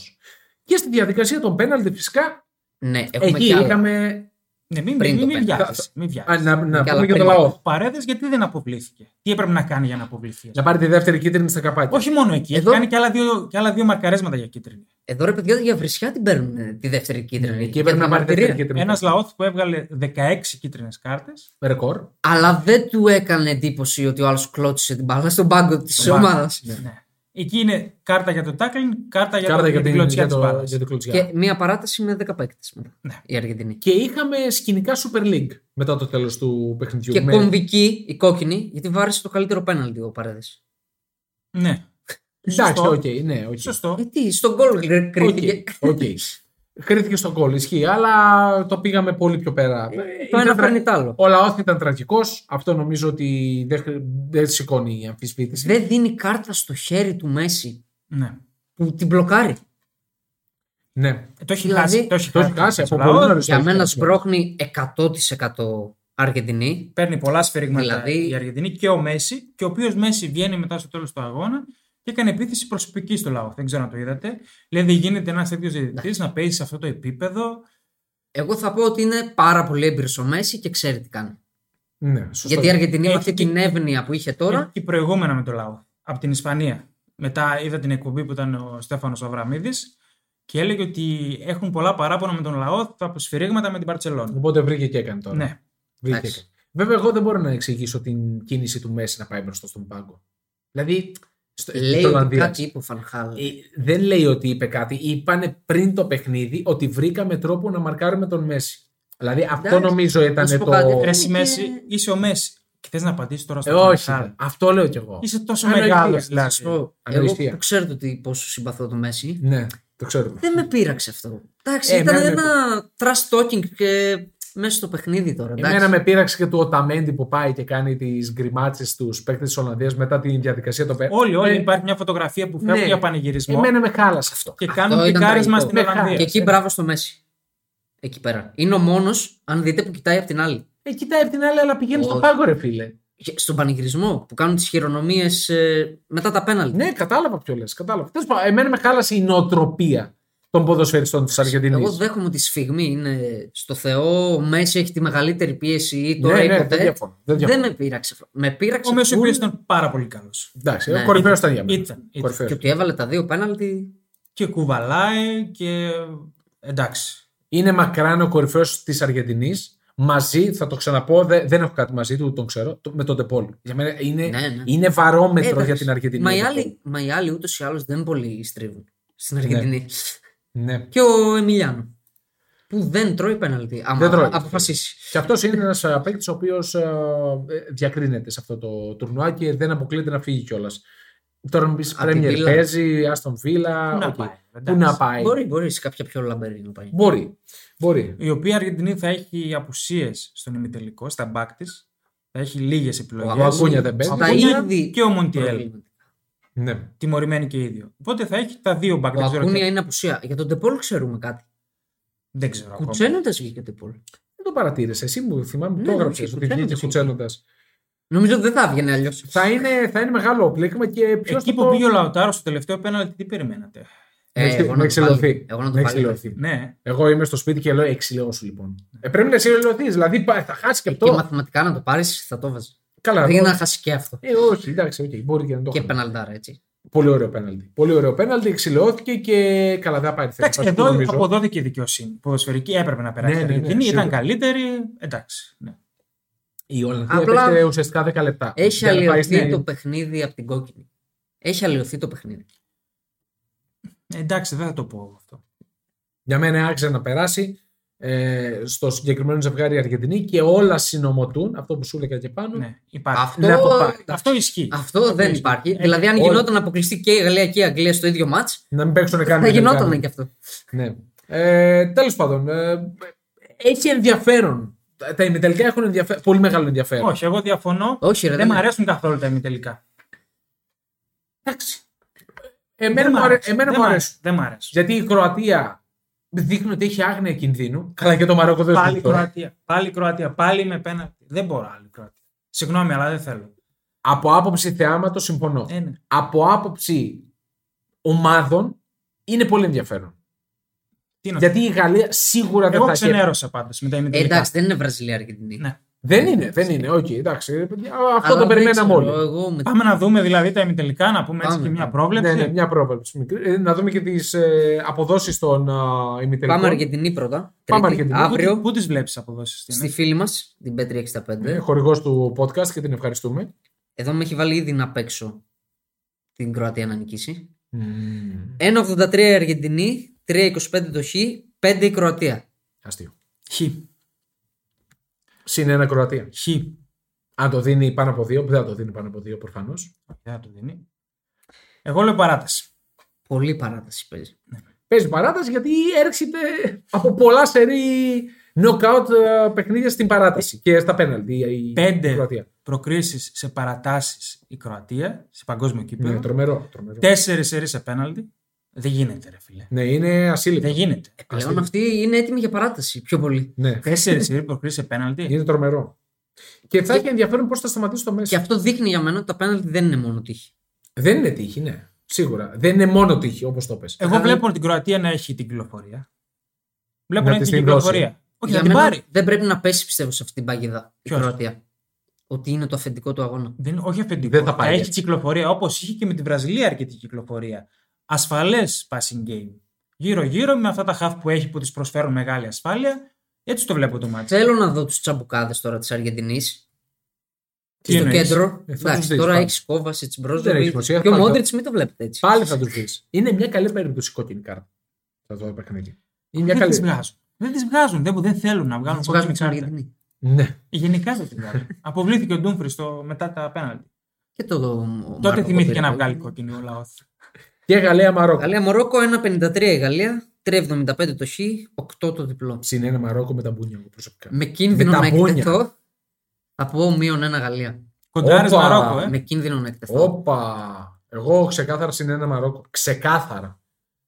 Και στη διαδικασία των πέναλτι φυσικά
Ναι, έχουμε
εκεί
κι άλλα.
είχαμε.
Ναι, μην
Πριν
μην,
το
μην
πέναλτι.
βιάζεσαι, μην βιάζεσαι.
Α, να να
Καλά,
πούμε και το
πριν.
λαό.
Παρέδες γιατί δεν αποβλήθηκε. Τι έπρεπε να κάνει για να αποβληθεί.
Να πάρει τη δεύτερη κίτρινη στα καπάκια.
Όχι μόνο εκεί.
Εδώ-
Έχει κάνει και άλλα, δύο, και άλλα δύο μακαρέσματα για κίτρινη.
Εδώ ρε παιδιά για βρισιά την παίρνουν ε, τη δεύτερη κίτρινη.
Ναι, Εκεί
Για
έπρεπε να πάρει τη
διαμαρτυρία.
δεύτερη κίτρινη.
Ένας λαός που έβγαλε 16 κίτρινες κάρτες.
ρεκόρ.
Αλλά δεν του έκανε εντύπωση ότι ο άλλος κλώτσισε την μπάλα στον πάγκο της ομάδας.
Ναι. Εκεί είναι κάρτα για το τάκλιν, κάρτα για,
Κάρτα
το,
για την
κλωτσιά
για
της
το-
μπάλας.
για την κλωτσιά.
Και μία παράταση με 10 παίκτε μετά.
Ναι.
Η Αργεντινή.
Και είχαμε σκηνικά Super League μετά το τέλος του παιχνιδιού.
Και
με-
κομβική η κόκκινη, γιατί βάρεσε το καλύτερο πέναλτι ο Παρέδες.
Ναι.
Εντάξει,
Σωστό.
οκ, ναι, οκ.
Σωστό.
Γιατί Ε, στον κόλ κρίθηκε.
Ε, Οκ. Κρίθηκε στον κόλλ, ισχύει, αλλά το πήγαμε πολύ πιο
Ε,
πέρα.
Το ένα
Ήταν τρα-
φέρνει το άλλο.
Ο λαός ήταν τραγικός. Αυτό νομίζω ότι δεν, χρ- δεν σηκώνει η αμφισβήτηση.
Δεν δίνει κάρτα στο χέρι του Μέση
Ναι.
που την μπλοκάρει.
Ναι.
Ε, Το έχει
Δηλαδή-
χάσει. Το έχει
Το έχει χάσει
Ο
από
λαός
πολύ νωρίς.
Για μένα
ναι.
σπρώχνει 100% Αργεντινή.
Παίρνει πολλά σφαιρίγματα
Δηλαδή-
η Αργεντινή και ο Μέση. Και ο οποίος Μέση βγαίνει μετά στο τέλος του αγώνα και έκανε επίθεση προσωπική στο λαό. Δεν ξέρω αν το είδατε. Λέει δεν γίνεται ένας τέτοιος διαιτητής να παίζει σε αυτό το επίπεδο.
Εγώ θα πω ότι είναι πάρα πολύ έμπειρος ο Μέση και ξέρει τι κάνει.
Ναι, σωστό.
Γιατί η Αργεντινή με
Έχει
Ε,
αυτή
και-
την εύνοια που είχε τώρα.
Και- Και Ε, προηγούμενα με το λαό. Από την Ισπανία. Μετά είδα την εκπομπή που ήταν ο Στέφανος Αβραμίδης και έλεγε ότι έχουν πολλά παράπονα με τον λαό από σφυρίγματα με την Παρσελόνη.
Οπότε βρήκε και έκανε τώρα.
Ναι.
Βρήκε και
Εντάξει.
έκανε. Βέβαια, εγώ δεν μπορώ να εξηγήσω την κίνηση του Μέση να πάει μπροστά στον πάγκο. Δηλαδή, στο,
Λέει
στην
ότι
Ολλανδία.
κάτι είπε ο Φανχάλ.
Ε, δεν λέει ότι είπε κάτι. Είπανε πριν το παιχνίδι ότι βρήκαμε τρόπο να μαρκάρουμε τον Μέση. Δηλαδή αυτό
Εντάξει,
νομίζω
να σου
ήταν
πω
το.
κάτι,
Ρε
Είναι
εσύ
και-
Μέση, είσαι ο Μέση. Και θες να απαντήσεις τώρα
Ε,
στο
όχι.
Φανχάλ.
Αυτό λέω κι εγώ.
Είσαι τόσο
Ανοησία,
μεγάλο.
θα σας
Δηλαδή.
Πω, Εγώ
Ανοησία.
που ξέρετε ότι πόσο συμπαθώ το Μέση,
Ναι, το ξέρουμε.
δεν με πείραξε αυτό. Εντάξει,
Ε,
ήταν
εμένα με
ένα trash talking και μέσα στο παιχνίδι τώρα. εντάξει.
Εμένα με πείραξε και του Οταμέντι που πάει και κάνει τις γκριμάτσες τους παίκτες της Ολλανδίας μετά τη διαδικασία των παίκτων.
Όλοι, όλοι.
Ε,
Υπάρχει μια φωτογραφία που
ναι.
φεύγει για πανηγυρισμό
Εμένα με χάλασε αυτό. Ναι,
και
Αυτό
κάνουν
ήταν
πικάρισμα
τραγικό.
στην Ολλανδία.
Και
Ε.
εκεί μπράβο στο Μέση. Εκεί πέρα. Είναι ο μόνος, αν δείτε, που κοιτάει απ' την άλλη.
Ε, κοιτάει απ' την άλλη, αλλά πηγαίνει
Όχι.
στον πάγκο, ρε φίλε.
στον πανηγυρισμό που κάνουν τις χειρονομίες μετά τα πέναλτι.
Ναι, κατάλαβα ποιο λες. Κατάλαβα. Τέλος πάντων, εμένα με χάλασε η νοοτροπία των ποδοσφαιριστών της Αργεντινής.
Εγώ δέχομαι ότι η σφιγμή είναι στο Θεό, ο Μέση έχει τη μεγαλύτερη πίεση ή τώρα
Ναι,
ή
ναι,
ποτέ.
δεν διαφωνώ, δεν διαφωνώ.
με πείραξε. αυτό. Με πείραξε
Ο Μέσο
που-
Ιμπλή ήταν πάρα πολύ καλός.
Εντάξει,
Ναι.
ο κορυφαίος ήταν για μένα.
Ήταν. ήταν.
Κορυφαίος.
και ότι έβαλε τα δύο πέναλτι.
Και κουβαλάει και. Εντάξει.
Είναι μακράν ο κορυφαίος της Αργεντινής. Μαζί, θα το ξαναπώ, δε- δεν έχω κάτι μαζί του, τον ξέρω, το- με τον Ντεπόλ. Για μένα είναι,
Ναι, ναι.
είναι βαρόμετρο
Ε,
για την Αργεντινή.
Μα
ο
οι
De Paul.
άλλοι, μα οι άλλοι ούτως ή άλλως δεν πολύ στρίβουν στην Αργεντινή.
Ναι.
Και ο Εμιλιάνο. Που δεν τρώει πέναλτι. Άμα
Δεν τρώει.
αποφασίσεις.
Και αυτός είναι ένας παίκτης ο οποίος διακρίνεται σε αυτό το τουρνουά και δεν αποκλείεται να φύγει κιόλας. Τώρα μου πει
Απ' την
Πρέμιερ
Βίλα.
παίζει, Άστον Βίλα.
Πού να
οκ.
πάει,
Πού
εντάξει.
να πάει.
Μπορεί, μπορεί σε κάποια πιο λαμπερή να πάει.
Μπορεί. Μπορεί.
Η οποία Αργεντινή θα έχει απουσίες στον ημιτελικό, στα μπακ της. Θα έχει λίγες επιλογέ.
Ο Ακούνια δεν παίζει.
Τα ήδη
και ο Μοντιέλ.
προβλήματα.
Ναι.
Τιμωρημένοι και οι δύο. Οπότε θα έχει τα δύο μπακ.
Ο
Δεν ξέρω, τι-
Ακούνια είναι απουσία. Για τον Ντεπόλ ξέρουμε κάτι.
δεν ξέρω ακόμα.
Κουτσένοντας βγήκε ο Ντεπόλ.
Δεν το παρατήρησε. Εσύ μου θυμάμαι,
Ναι,
το
ναι,
έγραψε
ναι,
ότι βγήκε
κουτσένοντας.
κουτσένοντας.
Νομίζω ότι δεν θα έβγαινε αλλιώς.
Θα είναι, θα είναι μεγάλο πλήγμα και ποιος.
Εκεί που πήγε ο Λαουτάρος στο τελευταίο πέναλτι, τι περιμένατε.
Ε, να εξηλωθεί.
Εγώ να
Να
το πάλι.
εξηλωθεί.
Ναι,
Εγώ είμαι στο σπίτι και λέω εξηλαιώσου λοιπόν. Ε, πρέπει να εξηλαιωθεί. Δηλαδή πα- θα χάσεις και
Ε, Και
αυτό.
μαθηματικά να το πάρεις, θα το βάζεις.
Καλά.
Δεν
εγώ-
να χάσει και αυτό.
Ε, όχι, εντάξει, οκ, μπορεί και να το
Και
χάσει.
πεναλτάρα έτσι.
Πολύ ωραίο πέναλτι. Πολύ ωραίο πέναλτι, ξυλώθηκε και καλά, δεν θα πάρει θέση.
Εντάξει,
Πασόκ,
εδώ
νομίζω.
αποδόθηκε η δικαιοσύνη. Η Ποδοσφαιρική έπρεπε να περάσει.
Ναι,
η
ναι, ναι,
Αργεντινή ήταν
σίγουρα.
καλύτερη. Εντάξει. Ναι.
Η Ολλανδία
Απλά-
έπαιξε ουσιαστικά 10 λεπτά.
Έχει
Για να πάει
αλλοιωθεί
στην-
το παιχνίδι από την κόκκινη. Έχει αλλοιωθεί το παιχνίδι.
Εντάξει, δεν θα το πω αυτό.
Για μένα άρχισε να περάσει ε, στο συγκεκριμένο ζευγάρι η Αργεντινή και όλα συνομωτούν, αυτό που σου έλεγα και πάνω,
Ναι, υπάρχει.
Αυτό,
να το πάρει.
Αυτό
Ε,
ισχύει.
αυτό δεν υπάρχει. δηλαδή, αν
όλοι-
γινόταν να αποκλειστεί και η Γαλλία και η Αγγλία στο ίδιο μάτ,
να μην παίξουν καν.
θα
τελικά.
γινόταν και αυτό.
Ναι. Ε, Τέλος πάντων, ε, έχει ενδιαφέρον. Τα τα ημιτελικά έχουν ενδιαφέρον, πολύ μεγάλο ενδιαφέρον.
Όχι, εγώ διαφωνώ.
Όχι, ρε,
δεν
δεν
μου αρέσουν καθόλου τα ημιτελικά.
Εντάξει.
Δεν
Εμένα μου, αρέ-
αρέσουν.
εμένα
Δεν
μου
μ'
αρέσουν.
Δεν μ' αρέσουν.
Γιατί η Κροατία δείχνει ότι έχει άγνοια κινδύνου. Καλά και το Μαρόκο δεν
Πάλι
δείχνει τώρα.
Κροατία. Πάλι Κροατία. Πάλι με πέναλτι. Δεν μπορώ άλλη Κροατία. Συγγνώμη, αλλά δεν θέλω.
Από άποψη θεάματος συμφωνώ.
Ε, ναι.
Από άποψη ομάδων είναι πολύ ενδιαφέρον.
Τι να
Γιατί η Γαλλία σίγουρα δεν
Εγώ
θα έχει.
ξενέρωσα πάντως με τα
Ε,
ημιτελικά.
εντάξει, δεν είναι Βραζιλία Αργεντινή.
Ναι.
Δεν είναι, δεν είναι. Οκ, εντάξει. ρε παιδιά, Αυτό
Αλλά
το
δεν
περιμέναμε
ξέρω,
όλοι.
Εγώ με
Πάμε να δούμε δηλαδή τα ημιτελικά, να πούμε έτσι
Πάμε,
και μια
πάμε.
πρόβλεψη.
Ναι, ναι, μια πρόβλεψη. μικρή. Ε, Να δούμε και τις ε, αποδόσεις των ε, ημιτελικών.
Πάμε Αργεντινή πρώτα.
Πάμε
Τρίτη,
Αργεντινή.
Πού,
Αύριο
πού τις βλέπεις αποδόσεις
στη φίλη μας, την Πέτρη 65.
Χορηγό Ε, του podcast και την ευχαριστούμε.
Εδώ με έχει βάλει ήδη να παίξω την Κροατία να νικήσει. 1,83 η Αργεντινή, 3,25 το Χ, 5 η Κροατία.
Αστείο.
Χ.
Συν ένα Κροατία.
Χ. Όχι,
Αν το δίνει πάνω από δύο, που δεν θα το δίνει πάνω από δύο προφανώς.
Δεν θα το δίνει. Εγώ λέω παράταση.
Πολύ παράταση παίζει.
Παίζει παράταση γιατί έρχεται από πολλά σερή knockout ε, παιχνίδια στην παράταση και στα πέναλτι. η- η
Πέντε.
Κροατία.
Προκρίσεις σε παρατάσεις η Κροατία σε παγκόσμιο κύπελο.
Ναι, τρομερό. τρομερό.
Τέσσερις σερί σε πέναλτι. Δεν γίνεται, ρε φίλε.
Ναι, είναι ασύλληπτο.
Δεν γίνεται.
Πλέον αυτή είναι έτοιμη για παράταση πιο πολύ.
Ναι,
Τέσσερι σερί προκρίσει σε πέναλτι.
είναι τρομερό. Και θα έχει ενδιαφέρον πώς θα σταματήσει το
Και
Μέση.
αυτό δείχνει για μένα ότι τα πέναλτι δεν είναι μόνο τύχη.
Δεν είναι τύχη, ναι. Σίγουρα. Δεν είναι μόνο τύχη, όπως το πες.
Εγώ βλέπω την Κροατία να έχει την κυκλοφορία. Βλέπω να
της
έχει την
την δώσει.
κυκλοφορία. Όχι,
Για
να την
μένα
πάρει.
Δεν πρέπει να πέσει, πιστεύω, σε αυτή την παγίδα η
Ποιος?
Κροατία. Ότι είναι το αφεντικό του αγώνα.
Δεν, όχι αφεντικό.
Δεν θα πάει
έχει
έτσι.
κυκλοφορία όπως είχε και με τη Βραζιλία αρκετή κυκλοφορία. Ασφαλές passing game. Γύρω-γύρω με αυτά τα χαφ που έχει που τη προσφέρουν μεγάλη ασφάλεια. Έτσι το βλέπω το μάτι.
Θέλω να δω τους τσαμπουκάδες τώρα της Αργεντινής.
Τι
Στο
εννοείς?
κέντρο.
Ε, θα τους
Εντάξει,
δεις
τώρα
πάλι.
έχεις κόβαση, τη
Δεν έχει σημασία,
Και ο
πάλι θα-
Μόντριτ, μην το βλέπετε έτσι.
Πάλι θα τους δεις. Είναι μια καλή περίπτωση κόκκινη κάρτα. Θα το παιχνίδι. Είναι μια
Δεν τι
καλή.
βγάζουν. Δεν τις βγάζουν. Δεν, δεν θέλουν να βγάλουν
Τους βγάζουμε
κόκκινη
την
κάρτα.
Αργεντινή.
Ναι.
Γενικά δεν τη βγάλουν. Αποβλήθηκε ο Ντούμφρι στο, μετά τα πέναλτι.
Και το, ο
Τότε
Μάρκο
θυμήθηκε να
Κοπηράκος.
βγάλει κόκκινη ο λαός.
Και Γαλλία Μαρόκο.
Γαλλία Μαρόκο 1,53 η Γαλλία, 3,75 το Χ, 8 το διπλό.
Συν ένα Μαρόκο με τα μπούνια εγώ
Ναι.
προσωπικά.
Με κίνδυνο
Με τα
να
μπούνια.
εκτεθώ. Θα πω μείον ένα Γαλλία.
Κοντάρι
Όπα.
Μαρόκο, ε.
Με κίνδυνο να εκτεθώ.
Όπα! Εγώ ξεκάθαρα συν ένα Μαρόκο. Ξεκάθαρα.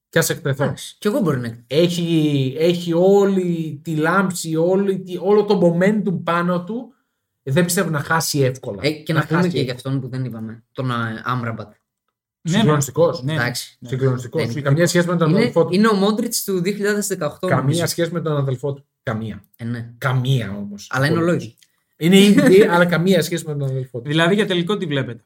Και ας εκτεθώ.
Εντάξει, Κι εγώ μπορεί να εκτεθώ.
Έχει, έχει όλη τη λάμψη, όλη τη, όλο το momentum πάνω του Δεν πιστεύω να χάσει εύκολα.
Ε, και να, πούμε
χάσει Ε.
και για αυτόν που δεν είπαμε. Τον α, Άμραμπατ.
Ναι, ναι.
Συγκλονιστικός.
Ναι.
Εντάξει.
ναι.
Συγκλονιστικός.
Δεν-
Καμία σχέση με τον
Ε, Είναι,
αδελφό του.
είναι ο Μόντριτ του 2018. νομίζω.
Καμία σχέση με τον αδελφό του. Καμία.
Ε, ναι.
Καμία όμως.
Αλλά είναι ολόγη.
Είναι ίδιοι, αλλά καμία σχέση με τον αδελφό του.
Δηλαδή για τελικό τι βλέπετε.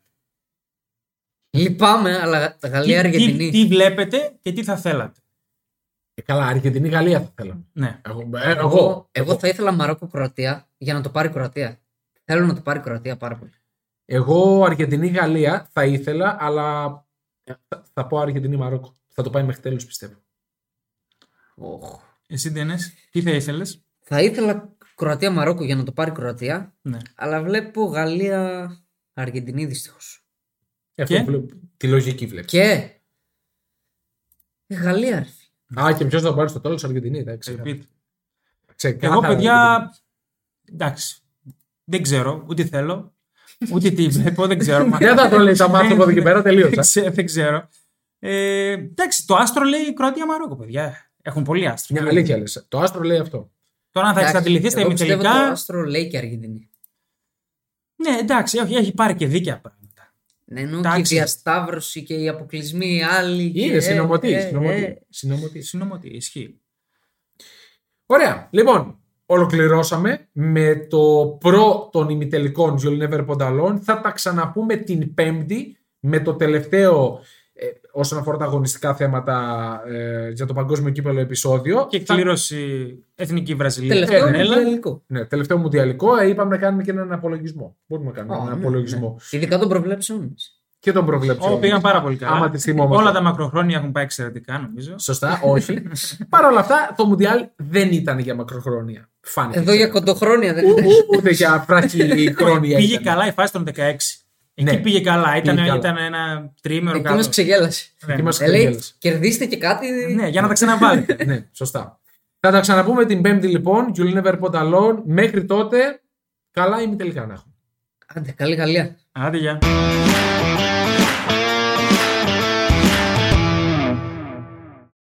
Λυπάμαι, αλλά τα Γαλλία
τι, τι,
Αργεντινή.
τι βλέπετε και τι θα θέλατε.
Ε, Καλά, Αργεντινή Γαλλία θα θέλω.
Ναι.
Εγώ. ε, εγώ,
Δηλαδή- εγώ θα ήθελα Μαρόκο Κροατία για να το πάρει η Κροατία. Θέλω να το πάρει η Κροατία πάρα πολύ.
εγώ Αργεντινή Γαλλία θα ήθελα, αλλά ε, θα, θα πω Αργεντινή Μαρόκο. Θα το πάει μέχρι τέλου πιστεύω.
Οχ.
Εσύ Ντένες, τι θα ήθελες.
Θα ήθελα Κροατία Μαρόκο για να το πάρει η Κροατία,
Ναι.
αλλά βλέπω Γαλλία Αργεντινή δυστυχώς.
Ε, Αυτό
Και?
βλέπω- τη λογική βλέπεις.
Και. ε, Γαλλία. ρε.
Α, και ποιος θα πάρει στο τέλος Αργεντινή.
Ε,
Εντάξει.
Repeat. Εγώ
Ξεκάθαρα Αργεντινή.
παιδιά. Εντάξει. Δεν ξέρω, ούτε θέλω. Ούτε τι βλέπω, δεν ξέρω. Μα-
Δεν θα το λέει τα μάτια από εδώ και πέρα,
Δεν
τελείωσα.
ξέρω, δεν ξέρω. Ε, εντάξει, το άστρο λέει Κροατία Μαρόκο, παιδιά. Έχουν πολύ άστρο.
Μια αλήθεια λες. Το άστρο λέει αυτό.
Τώρα, αν θα
Ναι. Εντάξει,
εξαντληθεί στα
εγώ πιστεύω Το
ημιτελικά.
άστρο λέει και Αργεντινή.
Ναι, εντάξει, έχει, έχει πάρει και δίκαια πράγματα.
Ναι, εννοώ και η
Εντάξει.
διασταύρωση και οι αποκλεισμοί οι άλλοι. και-
Είναι συνωμοτή.
ε, ε,
συνωμοτή,
ε.
συνωμοτή.
Συνομωτή, ισχύει.
Ωραία. Λοιπόν, ολοκληρώσαμε με το προ των ημιτελικών You'll Never Walk Alone. Θα τα ξαναπούμε την Πέμπτη με το τελευταίο ε, όσον αφορά τα αγωνιστικά θέματα ε, για το παγκόσμιο κύπελο επεισόδιο.
Και
Θα-
κλήρωση εθνική Βραζιλία.
Τελευταίο
ναι,
είναι
Έλα.
το ελληνικό.
Ναι, τελευταίο μουντιαλικό. Ε, είπαμε να κάνουμε και έναν απολογισμό. Μπορούμε να κάνουμε
Α,
έναν
ναι,
απολογισμό.
ναι. Ειδικά των προβλέψεων μας.
Και τον προβλέψω.
Ω, πήγαν πάρα πολύ καλά.
Άμα τη θυμόμαστε.
Όλα τα μακροχρόνια έχουν πάει εξαιρετικά, νομίζω.
Σωστά, όχι. Παρ' όλα αυτά, το Μουντιάλ δεν ήταν για μακροχρόνια. Φάνηκε.
Εδώ για κοντοχρόνια δεν
Ού-
ήταν.
ού- Ούτε για βράχη χρόνια.
πήγε
ήταν.
καλά η φάση των 16. Εκεί
Ναι.
πήγε καλά. Ήταν,
καλά.
ήταν ένα τριήμερο
Εκεί μας
καλό.
ξεγέλασε.
Εκεί μας
Ε, λέει,
ξεγέλασε.
κερδίστε και κάτι.
Ναι, για να τα ξαναβάλετε.
ναι, σωστά. Θα τα ξαναπούμε την Πέμπτη λοιπόν. You'll never put alone. Μέχρι τότε, καλά ημιτελικά να έχουμε.
Άντε, καλή Γαλλία.
Άντε, γεια.